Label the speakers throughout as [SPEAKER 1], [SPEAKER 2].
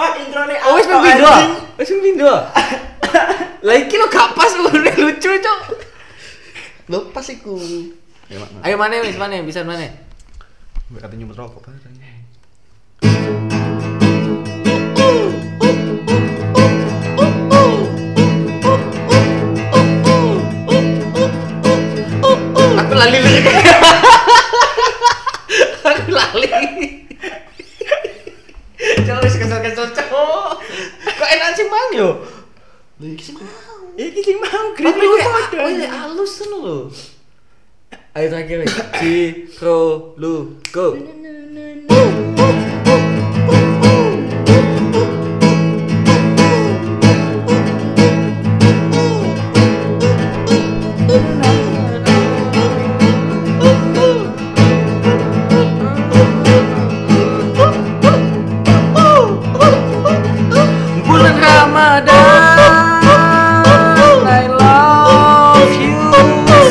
[SPEAKER 1] Oh, wis ping pindho.
[SPEAKER 2] Anjing.
[SPEAKER 1] Wis ping pindho. ah? Lah iki lo gak pas umurnya lucu, Cok.
[SPEAKER 2] Lo pas iku. Ya mak.
[SPEAKER 1] Ayo mana wis mana bisa mana?
[SPEAKER 2] Gue katanya nyumet rokok bareng.
[SPEAKER 1] Oh, Aku lali lirik. Aku lali. Cok wis kesel-kesel, Cok. Kok enak sih mang yo?
[SPEAKER 2] Lah iki sih mau.
[SPEAKER 3] Iki sing mau
[SPEAKER 1] Tapi
[SPEAKER 3] kritik
[SPEAKER 1] gue
[SPEAKER 3] padha.
[SPEAKER 1] gue halus tuh lo. Ayo terakhir nih. Ciro lu go. Bulan Ramadan I love you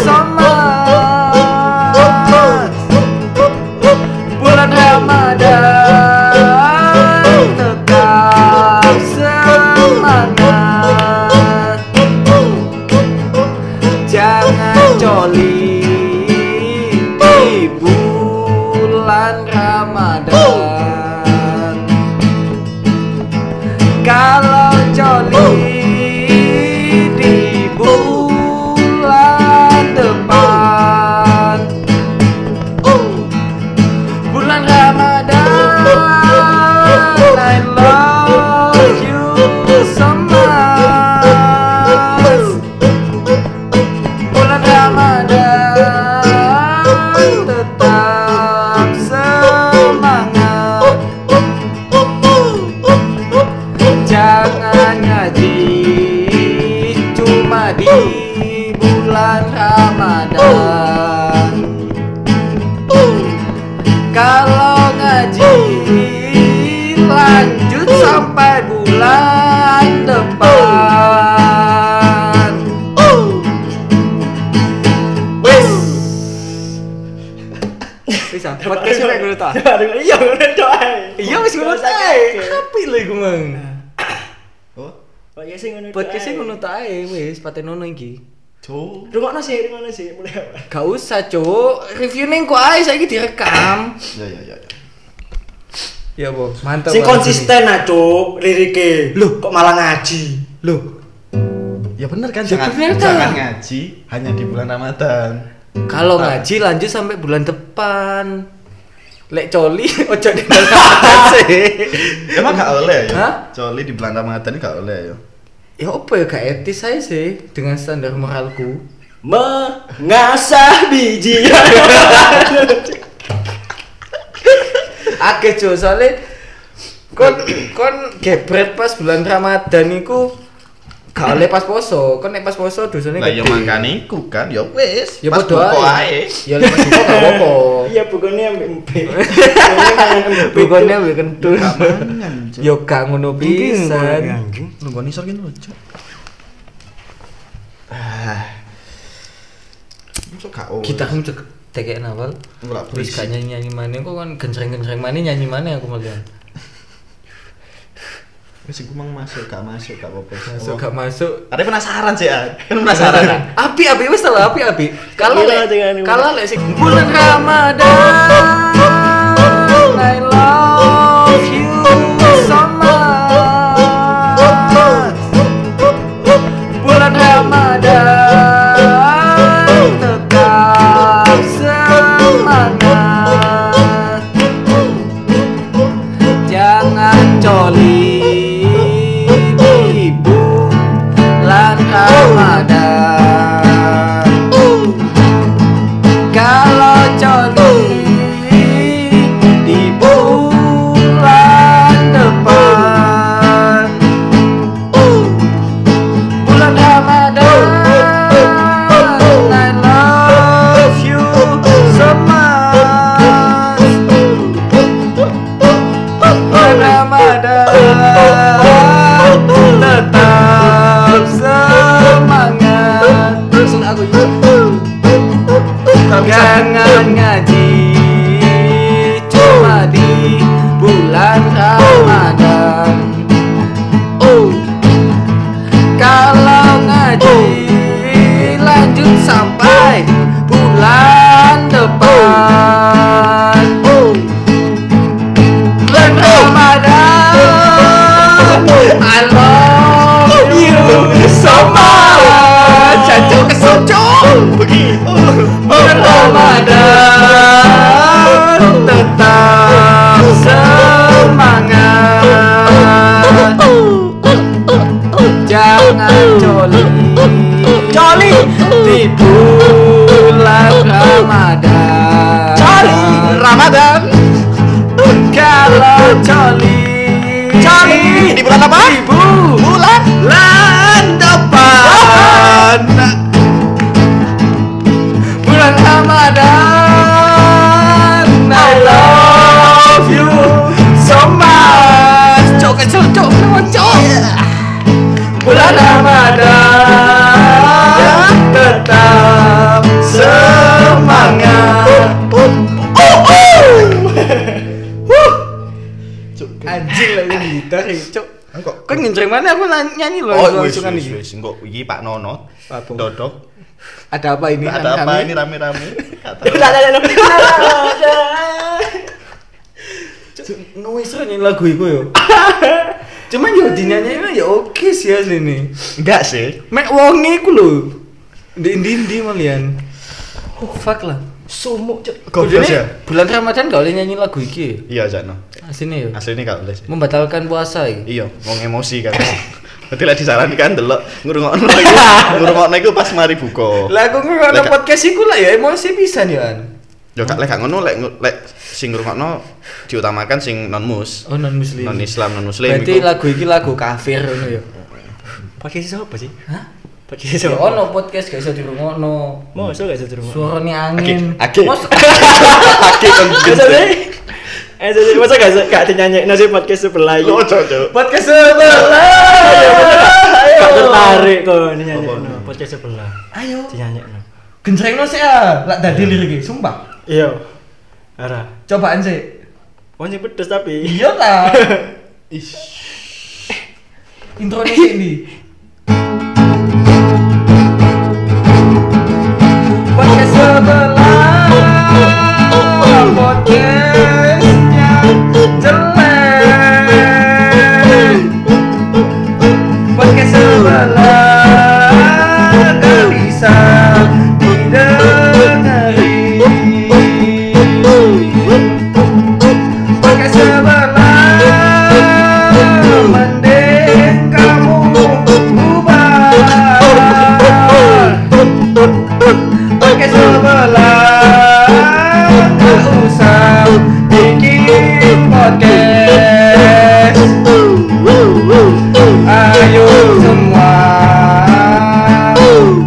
[SPEAKER 1] so much Bulan Ramadan Tetap semangat Jangan coli Di bulan Ramadan kalau coli di bulan depan Bulan Ramadan I love you so much Bulan Ramadan Tetap semangat Jangan ngaji cuma di bulan Ramadan. Kalau ngaji lanjut sampai bulan depan. Wes. Bisa, podcastnya kayak gue tau.
[SPEAKER 3] Iya, ngono tok ae.
[SPEAKER 1] Iya wis ngono ta. Kapi lho iku mang.
[SPEAKER 2] Oh,
[SPEAKER 3] Podcast sing ngono.
[SPEAKER 1] Podcast e ngono ta ae wis patenono iki.
[SPEAKER 2] cowok.
[SPEAKER 3] Rungokno sih, rungokno sih mulai awal.
[SPEAKER 1] Gak usah, Cuk. Review ning kok ae saiki direkam.
[SPEAKER 2] Ya ya ya. ya.
[SPEAKER 1] Ya, Bo. Mantap.
[SPEAKER 3] Sing konsisten ah, Cuk, lirike.
[SPEAKER 2] Loh.
[SPEAKER 3] kok malah ngaji.
[SPEAKER 1] Loh,
[SPEAKER 2] Ya bener kan
[SPEAKER 1] Ya
[SPEAKER 2] jangan
[SPEAKER 1] bener kan?
[SPEAKER 2] jangan ngaji hanya di bulan Ramadan.
[SPEAKER 1] kalau
[SPEAKER 2] Ah.
[SPEAKER 1] ngaji lanjut sampai bulan depan. Lek coli ojo di bulan sih.
[SPEAKER 2] Emang gak oleh ya?
[SPEAKER 1] Hah?
[SPEAKER 2] Coli di bulan Ramadan gak oleh ya?
[SPEAKER 1] Ya apa ya gak etis saya sih dengan standar moralku.
[SPEAKER 3] Mengasah biji.
[SPEAKER 1] Akeh, Cuk, soalnya kon kon gebret pas bulan Ramadan iku gak oleh pas poso. Kon nek pas poso dosane
[SPEAKER 2] Lah ya
[SPEAKER 1] gede.
[SPEAKER 2] makane iku kan ya wis.
[SPEAKER 1] Ya
[SPEAKER 2] pas
[SPEAKER 1] podo
[SPEAKER 2] buka
[SPEAKER 1] ae.
[SPEAKER 2] ae.
[SPEAKER 1] Ya lek buka gak apa-apa.
[SPEAKER 3] Iya, bukannya ambek empe. Bukannya kangen empe.
[SPEAKER 1] Bukannya ambil kentut.
[SPEAKER 2] Gak mangan, Cuk.
[SPEAKER 1] Ya
[SPEAKER 2] ya,
[SPEAKER 1] gak ngono pisan.
[SPEAKER 2] Lu gak nisor gitu lucu. Masuk kau.
[SPEAKER 1] Ah. Kita kan cek tekek awal.
[SPEAKER 2] Nggak
[SPEAKER 1] Terus
[SPEAKER 2] berisik.
[SPEAKER 1] gak nyanyi nyanyi mana kok kan genjreng genjreng mana nyanyi mana aku
[SPEAKER 2] Oh.
[SPEAKER 1] melihat.
[SPEAKER 2] Wis iku mang masuk gak masuk gak apa-apa.
[SPEAKER 1] Masuk gak masuk.
[SPEAKER 2] Ada penasaran sih, An. Kan penasaran. Iya, An.
[SPEAKER 1] Api api wis lah api api. Kalau lek-
[SPEAKER 3] Gila, jangan diulang.
[SPEAKER 1] kalau lek sing bulan Ramadan I love you so
[SPEAKER 2] Oh,
[SPEAKER 1] much. Bulan Ramadan tetap semangat. Jangan coli di bulan Ramadan Kalau coli di bulan depan Uh. Bulan Ramadan I love you so much Bulan Ramadan tetap semangat Langsung aku yuk. Kan. Jangan ngaji cuma di bulan Ramadan love
[SPEAKER 4] Iya,
[SPEAKER 3] Iya.
[SPEAKER 1] you so much Cacu kesucu Bulan Ramadan Tetap semangat Jangan coli Coli Di bulan Ramadan
[SPEAKER 2] Coli.
[SPEAKER 1] Ramadan Kalau coli
[SPEAKER 2] Coli. Di bulan apa?
[SPEAKER 1] Di bu-
[SPEAKER 2] Bulan
[SPEAKER 1] bulan depan Bulan Ramadan I love you so much Cok kecil cok cok cok Bulan Ramadan Tetap semangat Anjing lagi gitar ya cok
[SPEAKER 2] Engkok.
[SPEAKER 1] Kan nginjreng mana aku lan- nyanyi loh
[SPEAKER 2] Oh, wis
[SPEAKER 1] langsungan
[SPEAKER 2] wis
[SPEAKER 1] ini.
[SPEAKER 2] wis engko iki Pak Nono.
[SPEAKER 1] Apa?
[SPEAKER 2] Dodok.
[SPEAKER 1] Ada apa ini?
[SPEAKER 2] Ada apa
[SPEAKER 1] Kami-
[SPEAKER 2] ini rame-rame? Kata-
[SPEAKER 1] Nuh seru nyanyi lagu itu yo. Cuman yo dinyanyi ya oke sih asli nih.
[SPEAKER 2] Enggak sih.
[SPEAKER 1] Mek wonge ku lho. Di di di malian. Oh fuck lah. Sumuk cuk.
[SPEAKER 2] Goblok
[SPEAKER 1] Kudune
[SPEAKER 2] ya?
[SPEAKER 1] Bulan Ramadan gak boleh nyanyi lagu iki. ya?
[SPEAKER 2] Iya, Jano.
[SPEAKER 1] Asline yo.
[SPEAKER 2] Asli ini gak boleh sih.
[SPEAKER 1] Membatalkan puasa ya. iki.
[SPEAKER 2] Iya, wong emosi kan. Berarti lek disarankan delok ngrungokno iku. Ngrungokno iku pas mari buka.
[SPEAKER 1] Lah aku ngono
[SPEAKER 2] Lek-
[SPEAKER 1] podcast iku lah ya emosi pisan yo an.
[SPEAKER 2] Yo gak lek gak ngono lek lek sing ngrungokno diutamakan sing non mus.
[SPEAKER 1] Oh non muslim.
[SPEAKER 2] Non Islam, non muslim.
[SPEAKER 1] Berarti
[SPEAKER 2] iku.
[SPEAKER 1] lagu iki lagu kafir ngono yo.
[SPEAKER 3] Pakai siapa sih?
[SPEAKER 1] Hah? Ya
[SPEAKER 3] Pakai siapa?
[SPEAKER 1] ono podcast gak iso dirungokno.
[SPEAKER 3] Mau so gak satu rumah?
[SPEAKER 1] Suarane angin.
[SPEAKER 2] Ake, ake.
[SPEAKER 1] Mos-
[SPEAKER 2] Aki kon
[SPEAKER 3] Masa sih? Eh, jadi masa gak gak dinyanyi nasi podcast sebelah ini?
[SPEAKER 1] Oh,
[SPEAKER 2] Yo, cocok.
[SPEAKER 1] Podcast sebelah.
[SPEAKER 3] Gak tertarik kok nyanyi
[SPEAKER 2] Apa?
[SPEAKER 3] no, podcast sebelah.
[SPEAKER 1] Ayo.
[SPEAKER 3] Dinyanyi no.
[SPEAKER 1] Genjreng lo sih ah, lak dadi liriknya, sumpah.
[SPEAKER 3] Iya. Ara.
[SPEAKER 1] Cobaan sih.
[SPEAKER 4] Oh,
[SPEAKER 3] Wong sing pedes tapi.
[SPEAKER 1] Iya ta. Intronya sih ini. Podcast sebelah. Podcastnya jelek. Podcast sebelah. Gelisah didengeri. Pakai sebelah Mending kamu ubah Pakai sebelah Gak usah bikin podcast Ayo semua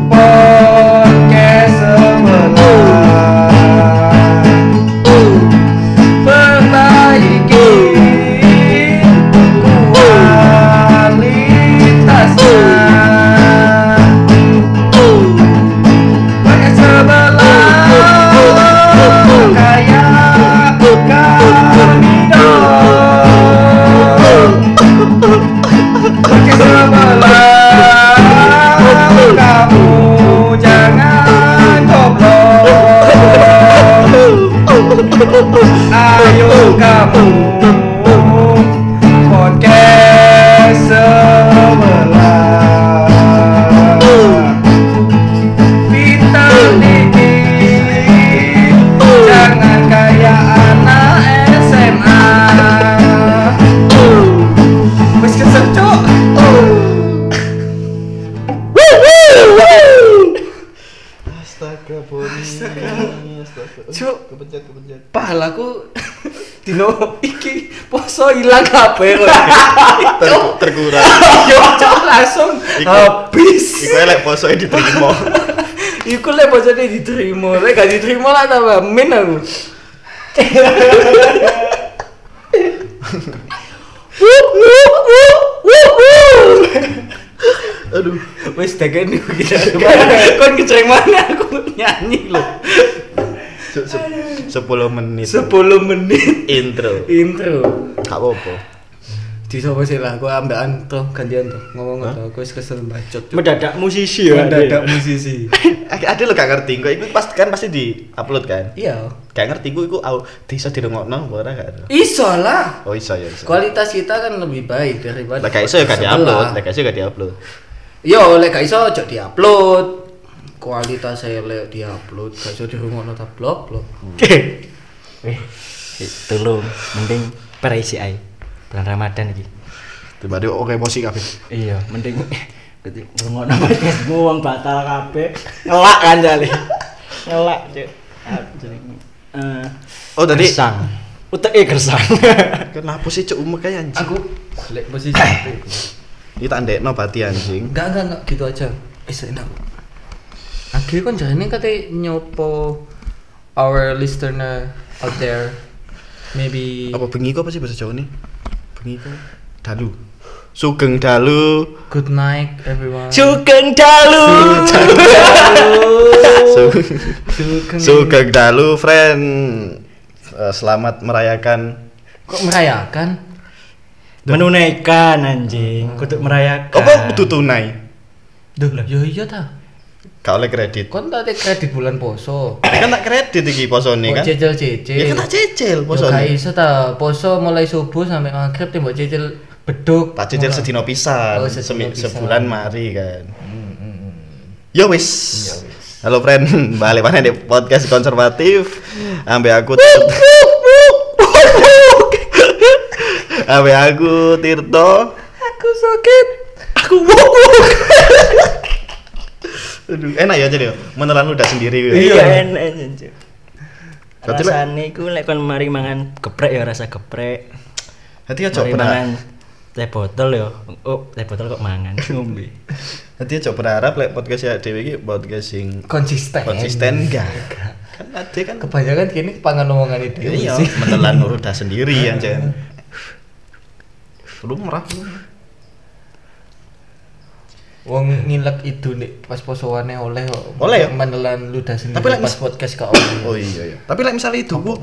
[SPEAKER 1] Podcast sebelah perbaiki kualitasnya pakai sebelah kayak kami dong pakai sebelah kamu jangan goblok Ayo kamu podcast sebelah Pintar dikit Jangan kayak anak SMA Wes kesel cok
[SPEAKER 2] Astaga, Boni. Astaga.
[SPEAKER 1] Cuk.
[SPEAKER 2] Kepencet, kepencet.
[SPEAKER 1] Pahalaku Dino iki poso hilang kabeh kok.
[SPEAKER 2] Ter terkurang.
[SPEAKER 1] Yo cok langsung
[SPEAKER 2] Iku-
[SPEAKER 1] habis.
[SPEAKER 2] Iku lek posoke diterima.
[SPEAKER 1] Iku le bocahnya diterima, le gak diterima lah tambah min aku. Wuh, wuh, wuh, wuh, wuh.
[SPEAKER 2] Aduh.
[SPEAKER 1] Wes dagen iku kita. Kon keceng mana aku nyanyi lo.
[SPEAKER 2] Se -se 10 menit
[SPEAKER 1] 10 menit
[SPEAKER 2] intro.
[SPEAKER 1] intro.
[SPEAKER 2] Gak apa-apa.
[SPEAKER 1] di sapa sih lah gua ambekan tuh gantian tuh ngomong tuh aku wis kesel bacot cuk.
[SPEAKER 3] mendadak
[SPEAKER 1] iya.
[SPEAKER 3] musisi ya
[SPEAKER 1] mendadak musisi
[SPEAKER 2] Ada lo gak ngerti gue, itu pasti kan pasti di upload kan?
[SPEAKER 1] iya
[SPEAKER 2] Gak ngerti gue, gue au, bisa di rumah no, ora gak ada.
[SPEAKER 1] iso lah
[SPEAKER 2] Oh iso ya iso.
[SPEAKER 1] kualitas kita kan lebih baik daripada
[SPEAKER 2] Lah gak iso ya gak
[SPEAKER 1] sebelah.
[SPEAKER 2] diupload, lah gak iso ya gak diupload.
[SPEAKER 1] Yo, oleh gak iso ojo diupload. Kualitas saya lek diupload, gak iso dirungokno ta blok blok.
[SPEAKER 4] Eh, itu lo mending perisi ai bulan Ramadan iki.
[SPEAKER 2] Tiba-tiba oke emosi kabeh.
[SPEAKER 4] Iya, mending ketik ngono podcast gua wong batal kabeh. Ngelak kan jali. Ngelak, Cuk. Ah, jenenge. Eh,
[SPEAKER 2] Oh tadi
[SPEAKER 4] gersang. Utek eh gersang.
[SPEAKER 2] kenapa sih cuk umek kayak anjing?
[SPEAKER 1] Aku lek posisi aku.
[SPEAKER 2] Ini tak ndekno bati anjing.
[SPEAKER 1] Enggak enggak enggak gitu aja. Wis enak. Agi kon jane kate nyopo our listener out there maybe
[SPEAKER 2] Apa bengi kok apa sih bahasa Jawa nih? Bengi kok dalu. Sugeng dalu,
[SPEAKER 1] good night everyone.
[SPEAKER 4] Sugeng dalu.
[SPEAKER 2] Su-
[SPEAKER 1] Sugeng.
[SPEAKER 2] sugeng dalu friend. Eh, Selamat merayakan
[SPEAKER 1] Kok merayakan?
[SPEAKER 4] Menunaikan anjing, kudu merayakan.
[SPEAKER 2] apa kudu tunai.
[SPEAKER 1] Duh, yo iya ta.
[SPEAKER 2] Gak oleh kredit.
[SPEAKER 1] Kon tak kredit bulan poso.
[SPEAKER 2] Kan tak kredit iki posone
[SPEAKER 1] Kok
[SPEAKER 2] kan.
[SPEAKER 1] cecil-cecil.
[SPEAKER 2] Ya kan tak cecil
[SPEAKER 1] Poso
[SPEAKER 2] posone.
[SPEAKER 1] Ya, iso ta, poso mulai subuh sampai maghrib tembok cicil beduk.
[SPEAKER 2] tak cicil sedino pisan,
[SPEAKER 1] Oh, sedino
[SPEAKER 2] semi-
[SPEAKER 1] pisan.
[SPEAKER 2] sebulan mari kan. Yo wis. Halo friend, balik mana di podcast konservatif. Ambe aku Ambe aku Tirto.
[SPEAKER 1] Aku sakit. Aku wuk
[SPEAKER 2] Aduh, enak ya jadi menelan udah sendiri. ya.
[SPEAKER 4] Iya, enak anjing.
[SPEAKER 2] Berarti, Pak-
[SPEAKER 4] Rasane ku lek kon mari mangan geprek ya rasa geprek.
[SPEAKER 2] Hati aja
[SPEAKER 4] Mari
[SPEAKER 2] berharap.
[SPEAKER 4] mangan teh botol ya. Oh, teh botol kok mangan ngombe.
[SPEAKER 2] Hati aja berharap lek podcast ya dhewe iki podcast sing
[SPEAKER 1] Konsisten.
[SPEAKER 2] konsisten enggak. Kan ade kan
[SPEAKER 1] Kebanyakan kini pangan omongan itu.
[SPEAKER 2] Iya, menelan udah sendiri aja. Lu merah lu.
[SPEAKER 1] Wong ngilek itu nih pas posoane oleh kok.
[SPEAKER 2] Oleh ya?
[SPEAKER 1] menelan ludah sendiri.
[SPEAKER 2] Tapi lek
[SPEAKER 1] pas
[SPEAKER 2] mis-
[SPEAKER 1] podcast kok oleh.
[SPEAKER 2] Oh iya iya. Tapi lek misalnya itu gua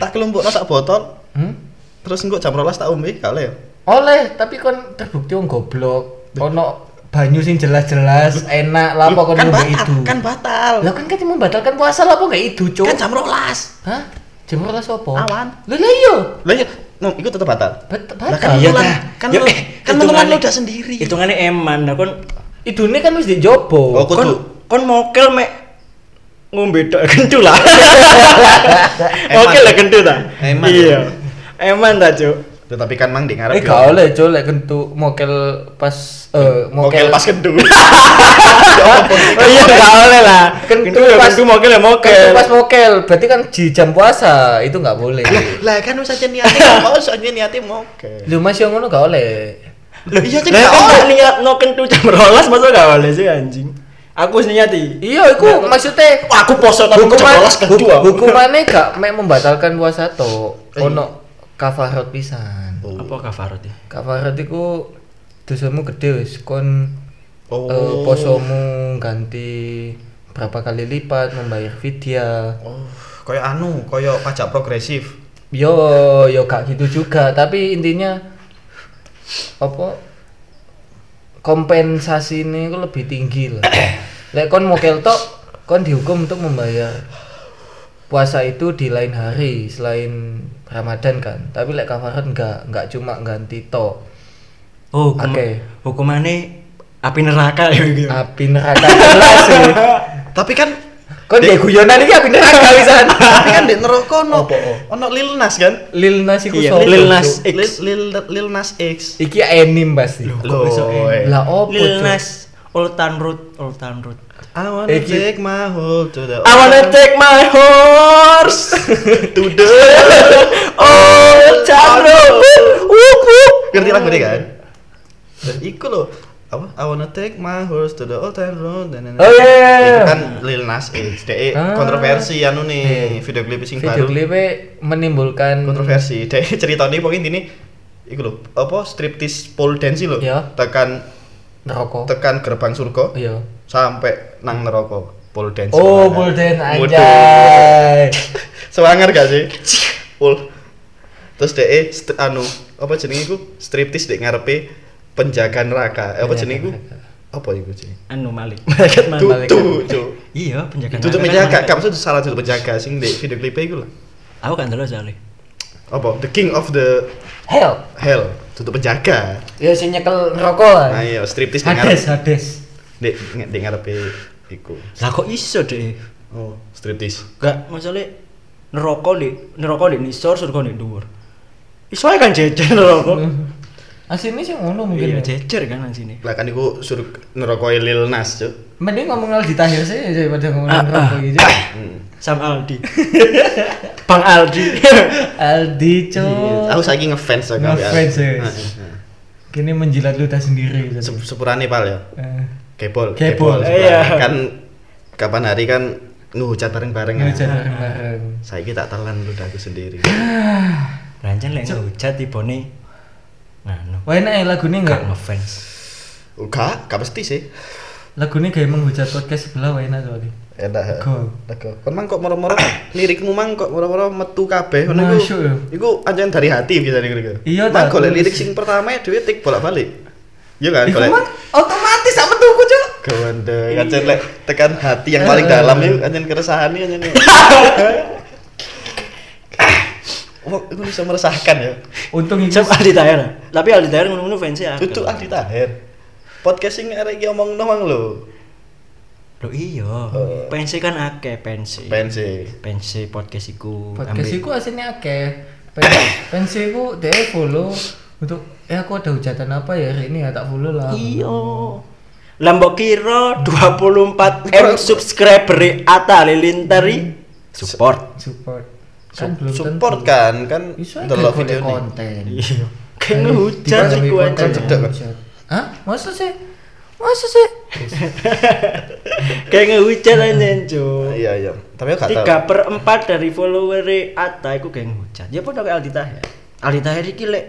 [SPEAKER 2] tak kelompok tak botol
[SPEAKER 1] Hmm?
[SPEAKER 2] terus engko jam 12 tak ombe kale ya.
[SPEAKER 1] Oleh, tapi kon terbukti wong goblok. Ono banyu sing jelas-jelas enak lah apa kon
[SPEAKER 2] kan
[SPEAKER 1] ngombe
[SPEAKER 2] batal,
[SPEAKER 1] itu.
[SPEAKER 2] kan batal.
[SPEAKER 1] Lah kan kan membatalkan puasa lah apa enggak itu, Cuk?
[SPEAKER 2] Kan jam 12.
[SPEAKER 1] Hah? Jam rolas apa?
[SPEAKER 2] Awan.
[SPEAKER 1] Lho lah iya.
[SPEAKER 2] Lah ya, no, itu tetap batal.
[SPEAKER 1] Bet-
[SPEAKER 2] Lah
[SPEAKER 1] Batal.
[SPEAKER 2] kan
[SPEAKER 4] Iya,
[SPEAKER 2] menelan,
[SPEAKER 4] dah.
[SPEAKER 2] kan
[SPEAKER 4] Yuk,
[SPEAKER 2] menelan-
[SPEAKER 4] eh,
[SPEAKER 2] kan menelan
[SPEAKER 4] hitungannya-
[SPEAKER 2] udah sendiri.
[SPEAKER 4] Hitungannya eman, nah kon
[SPEAKER 1] Idune kan wis dijobo.
[SPEAKER 2] Oh, kudu.
[SPEAKER 4] kon kon mokel mek ngombe tok kentul lah. Mokel lah kentul ta.
[SPEAKER 2] Eman.
[SPEAKER 4] Iya. Eman ta, Cuk.
[SPEAKER 2] Tetapi kan mang di ngarep.
[SPEAKER 1] Eh
[SPEAKER 2] ya.
[SPEAKER 1] gak oleh cok lek kentu mokel pas eh mokel
[SPEAKER 2] Mokel pas kendu.
[SPEAKER 4] Oh iya gak oleh lah. Kentul ya
[SPEAKER 1] pas-
[SPEAKER 4] kentul mokel ya mokel.
[SPEAKER 1] kentu pas mokel berarti kan di jam puasa itu nggak boleh.
[SPEAKER 2] Lah kan wis aja niate mau soalnya niate mokel.
[SPEAKER 1] Lu masih yang ngono gak oleh.
[SPEAKER 2] Lah iya kan
[SPEAKER 4] Lah
[SPEAKER 2] gak
[SPEAKER 4] kan
[SPEAKER 2] oleh.
[SPEAKER 4] tak niat no kentul jam 12 masa gak oleh sih anjing. Aku wis niati.
[SPEAKER 1] Iya, iku maksudnya
[SPEAKER 4] Wah, aku poso tapi jam
[SPEAKER 1] hukuman
[SPEAKER 4] 12 kentul.
[SPEAKER 1] huk-
[SPEAKER 4] aku.
[SPEAKER 1] hukumannya gak mek membatalkan puasa to.
[SPEAKER 2] Eh.
[SPEAKER 1] Ono kafarat pisan.
[SPEAKER 2] Oh.
[SPEAKER 4] Apa kafarat ya?
[SPEAKER 1] Kafarat iku dosamu gede wis kon
[SPEAKER 2] Oh.
[SPEAKER 1] eh, posomu ganti berapa kali lipat membayar fidyah.
[SPEAKER 2] Oh, koyo anu, koyo pajak progresif.
[SPEAKER 1] Yo, yo gak gitu juga, tapi intinya apa kompensasi ini ku lebih tinggi lah. Lek kon mokel tok, kon dihukum untuk membayar puasa itu di lain hari selain Ramadan kan. Tapi lek kafarat enggak, enggak cuma ganti tok.
[SPEAKER 4] Oh, hukum-
[SPEAKER 1] Oke.
[SPEAKER 4] hukumannya api neraka ya gitu.
[SPEAKER 1] Api neraka kelas sih.
[SPEAKER 2] Tapi kan
[SPEAKER 1] Kon dek guyonan iki api neraka wisan.
[SPEAKER 2] tapi kan di neraka ono ono Lil Nas kan
[SPEAKER 1] Lil Nas iku
[SPEAKER 4] Iya,
[SPEAKER 1] sopo,
[SPEAKER 4] Lil
[SPEAKER 1] Cuk?
[SPEAKER 4] Nas X.
[SPEAKER 2] Lil, Lil, Lil Nas X
[SPEAKER 1] Iki anim pasti.
[SPEAKER 2] Loh, eh.
[SPEAKER 1] Lah opo Cuk?
[SPEAKER 4] Lil Nas, Old Town Road, Old Town Road.
[SPEAKER 2] I wanna
[SPEAKER 1] Iki.
[SPEAKER 2] take my whole to the
[SPEAKER 4] I wanna take my horse
[SPEAKER 2] to the
[SPEAKER 4] Old Town Road. Wup wup.
[SPEAKER 2] ngerti lagu ini kan dan iku loh apa I wanna take my horse to the old town road dan
[SPEAKER 1] Oh iya, iya, iya.
[SPEAKER 2] itu kan Lil Nas X de
[SPEAKER 1] Ah.
[SPEAKER 2] kontroversi anu nih video klip sing
[SPEAKER 1] video
[SPEAKER 2] baru
[SPEAKER 1] klipnya menimbulkan
[SPEAKER 2] kontroversi de cerita nih pokoknya ini iku loh apa striptease pole dance loh
[SPEAKER 1] Iya.
[SPEAKER 2] tekan
[SPEAKER 1] rokok
[SPEAKER 2] tekan gerbang surga
[SPEAKER 1] iya
[SPEAKER 2] sampai nang neraka pole dance
[SPEAKER 1] oh
[SPEAKER 2] Semangat.
[SPEAKER 1] bulden
[SPEAKER 2] Mudeng.
[SPEAKER 1] anjay
[SPEAKER 2] Sewanger gak sih? Pul. terus deh anu apa jenenge iku striptis dek ngarepe penjaga neraka Eh, apa
[SPEAKER 1] Penjaga
[SPEAKER 2] jenenge iku
[SPEAKER 1] neraka.
[SPEAKER 2] apa iku jenenge
[SPEAKER 4] Anu Malik.
[SPEAKER 2] Malaikat
[SPEAKER 4] Man-
[SPEAKER 1] Malaikat.
[SPEAKER 2] tutu cuk
[SPEAKER 4] Iya, penjaga.
[SPEAKER 2] tutu
[SPEAKER 4] neraka.
[SPEAKER 2] penjaga kamu tuh salah tuh penjaga sing dek video klipnya iku lah
[SPEAKER 4] Aku kan dulu soalnya.
[SPEAKER 2] apa the king of the
[SPEAKER 1] Hell.
[SPEAKER 2] hell tutu penjaga
[SPEAKER 1] Ya sing nyekel ngerokok lah.
[SPEAKER 2] nah iya striptis dek
[SPEAKER 1] Hades,
[SPEAKER 2] ngarepe
[SPEAKER 1] Hades.
[SPEAKER 2] dek dek ngarepe iku
[SPEAKER 4] Lah kok iso deh?
[SPEAKER 2] oh striptis
[SPEAKER 4] Enggak, masalah neraka di neraka di nisor surga di dhuwur. Iso ae kan jejer neraka.
[SPEAKER 1] Aslinya sih ngono mungkin. ya.
[SPEAKER 4] Iya, jejer kan nang sini.
[SPEAKER 2] lah kan iku suruh neraka Lil Nas cuk
[SPEAKER 1] Mending ngomong Aldi Tahir sih daripada ngomong
[SPEAKER 4] Ah,
[SPEAKER 1] ngerokok
[SPEAKER 4] ah.
[SPEAKER 1] gitu.
[SPEAKER 2] Hmm.
[SPEAKER 4] Sam Aldi. Bang Aldi.
[SPEAKER 1] Aldi cuy.
[SPEAKER 2] aku saiki ngefans sama kamu
[SPEAKER 1] Oh. Ngefans, ya. Kini menjilat ludah sendiri. gitu.
[SPEAKER 2] sepurane pal ya
[SPEAKER 1] Eh,
[SPEAKER 2] Kebol,
[SPEAKER 1] Kebol,
[SPEAKER 2] Kebol,
[SPEAKER 4] iya.
[SPEAKER 2] sebenarnya. Kan kapan hari kan ngehujat bareng-bareng
[SPEAKER 1] Ngejat
[SPEAKER 2] ya.
[SPEAKER 1] bareng-bareng.
[SPEAKER 2] Saya kita telan ludahku sendiri.
[SPEAKER 4] Rancen lek ngehujat tibone. Nganu.
[SPEAKER 1] Wah enak ya lagunya
[SPEAKER 4] Gak
[SPEAKER 1] enggak?
[SPEAKER 4] ngefans.
[SPEAKER 2] Enggak, enggak pasti sih.
[SPEAKER 1] Lagunya kayak menghujat podcast sebelah wah enak soalnya.
[SPEAKER 2] Enak.
[SPEAKER 1] Go.
[SPEAKER 2] Lego. Kon mang kok moro-moro lirikmu mang kok moro-moro metu kabeh ngono
[SPEAKER 1] Masuk ya.
[SPEAKER 2] iku. Iku anjen dari hati biasane ngono.
[SPEAKER 1] Iya, tak.
[SPEAKER 2] tak. Golek lirik sing pertama dhewe tik bolak-balik. Iya kan
[SPEAKER 1] Iku
[SPEAKER 2] golek.
[SPEAKER 1] mah otomatis sama tuku cuy.
[SPEAKER 2] Gawande, anjen lek tekan hati yang paling
[SPEAKER 1] Eh.
[SPEAKER 2] dalam itu anjen keresahan iki anjen. Wah, itu bisa meresahkan ya.
[SPEAKER 1] Untung itu
[SPEAKER 4] Sam Aldi Tahir. Tapi Aldi Tahir ngono-ngono fans ya.
[SPEAKER 2] Tutu Aldi Tahir. Podcast sing arek iki omong nomang lho.
[SPEAKER 4] Loh iya. Pensi kan akeh pensi.
[SPEAKER 2] Pensi.
[SPEAKER 4] Pensi podcast iku.
[SPEAKER 1] podcast
[SPEAKER 4] ambil-
[SPEAKER 1] iku aslinya akeh. Pen- Pensi iku dhewe follow untuk eh aku ada hujatan apa ya hari ini ya tak follow lah.
[SPEAKER 4] Iya. Lambok kira 24 m subscriber e Ata Lilintari support.
[SPEAKER 1] Support.
[SPEAKER 2] Su-
[SPEAKER 1] Kan belum tentu.
[SPEAKER 2] support kan kan
[SPEAKER 1] Iso delok
[SPEAKER 2] delok video
[SPEAKER 1] video
[SPEAKER 2] ini.
[SPEAKER 1] konten.
[SPEAKER 4] Iya. Kayak ngehujat sih
[SPEAKER 1] Didalami
[SPEAKER 4] gua
[SPEAKER 1] konten
[SPEAKER 4] aja.
[SPEAKER 2] cedek.
[SPEAKER 1] ngehujat. Hah? Masa sih? Masa sih?
[SPEAKER 4] Kayak ngehujat aja, Cuk.
[SPEAKER 2] Iya iya. Tapi aku gak tahu.
[SPEAKER 4] 3 per 4 dari follower Ata iku kayak ngehujat. Ya padha kayak Aldi Tahir. Aldi Tahir iki lek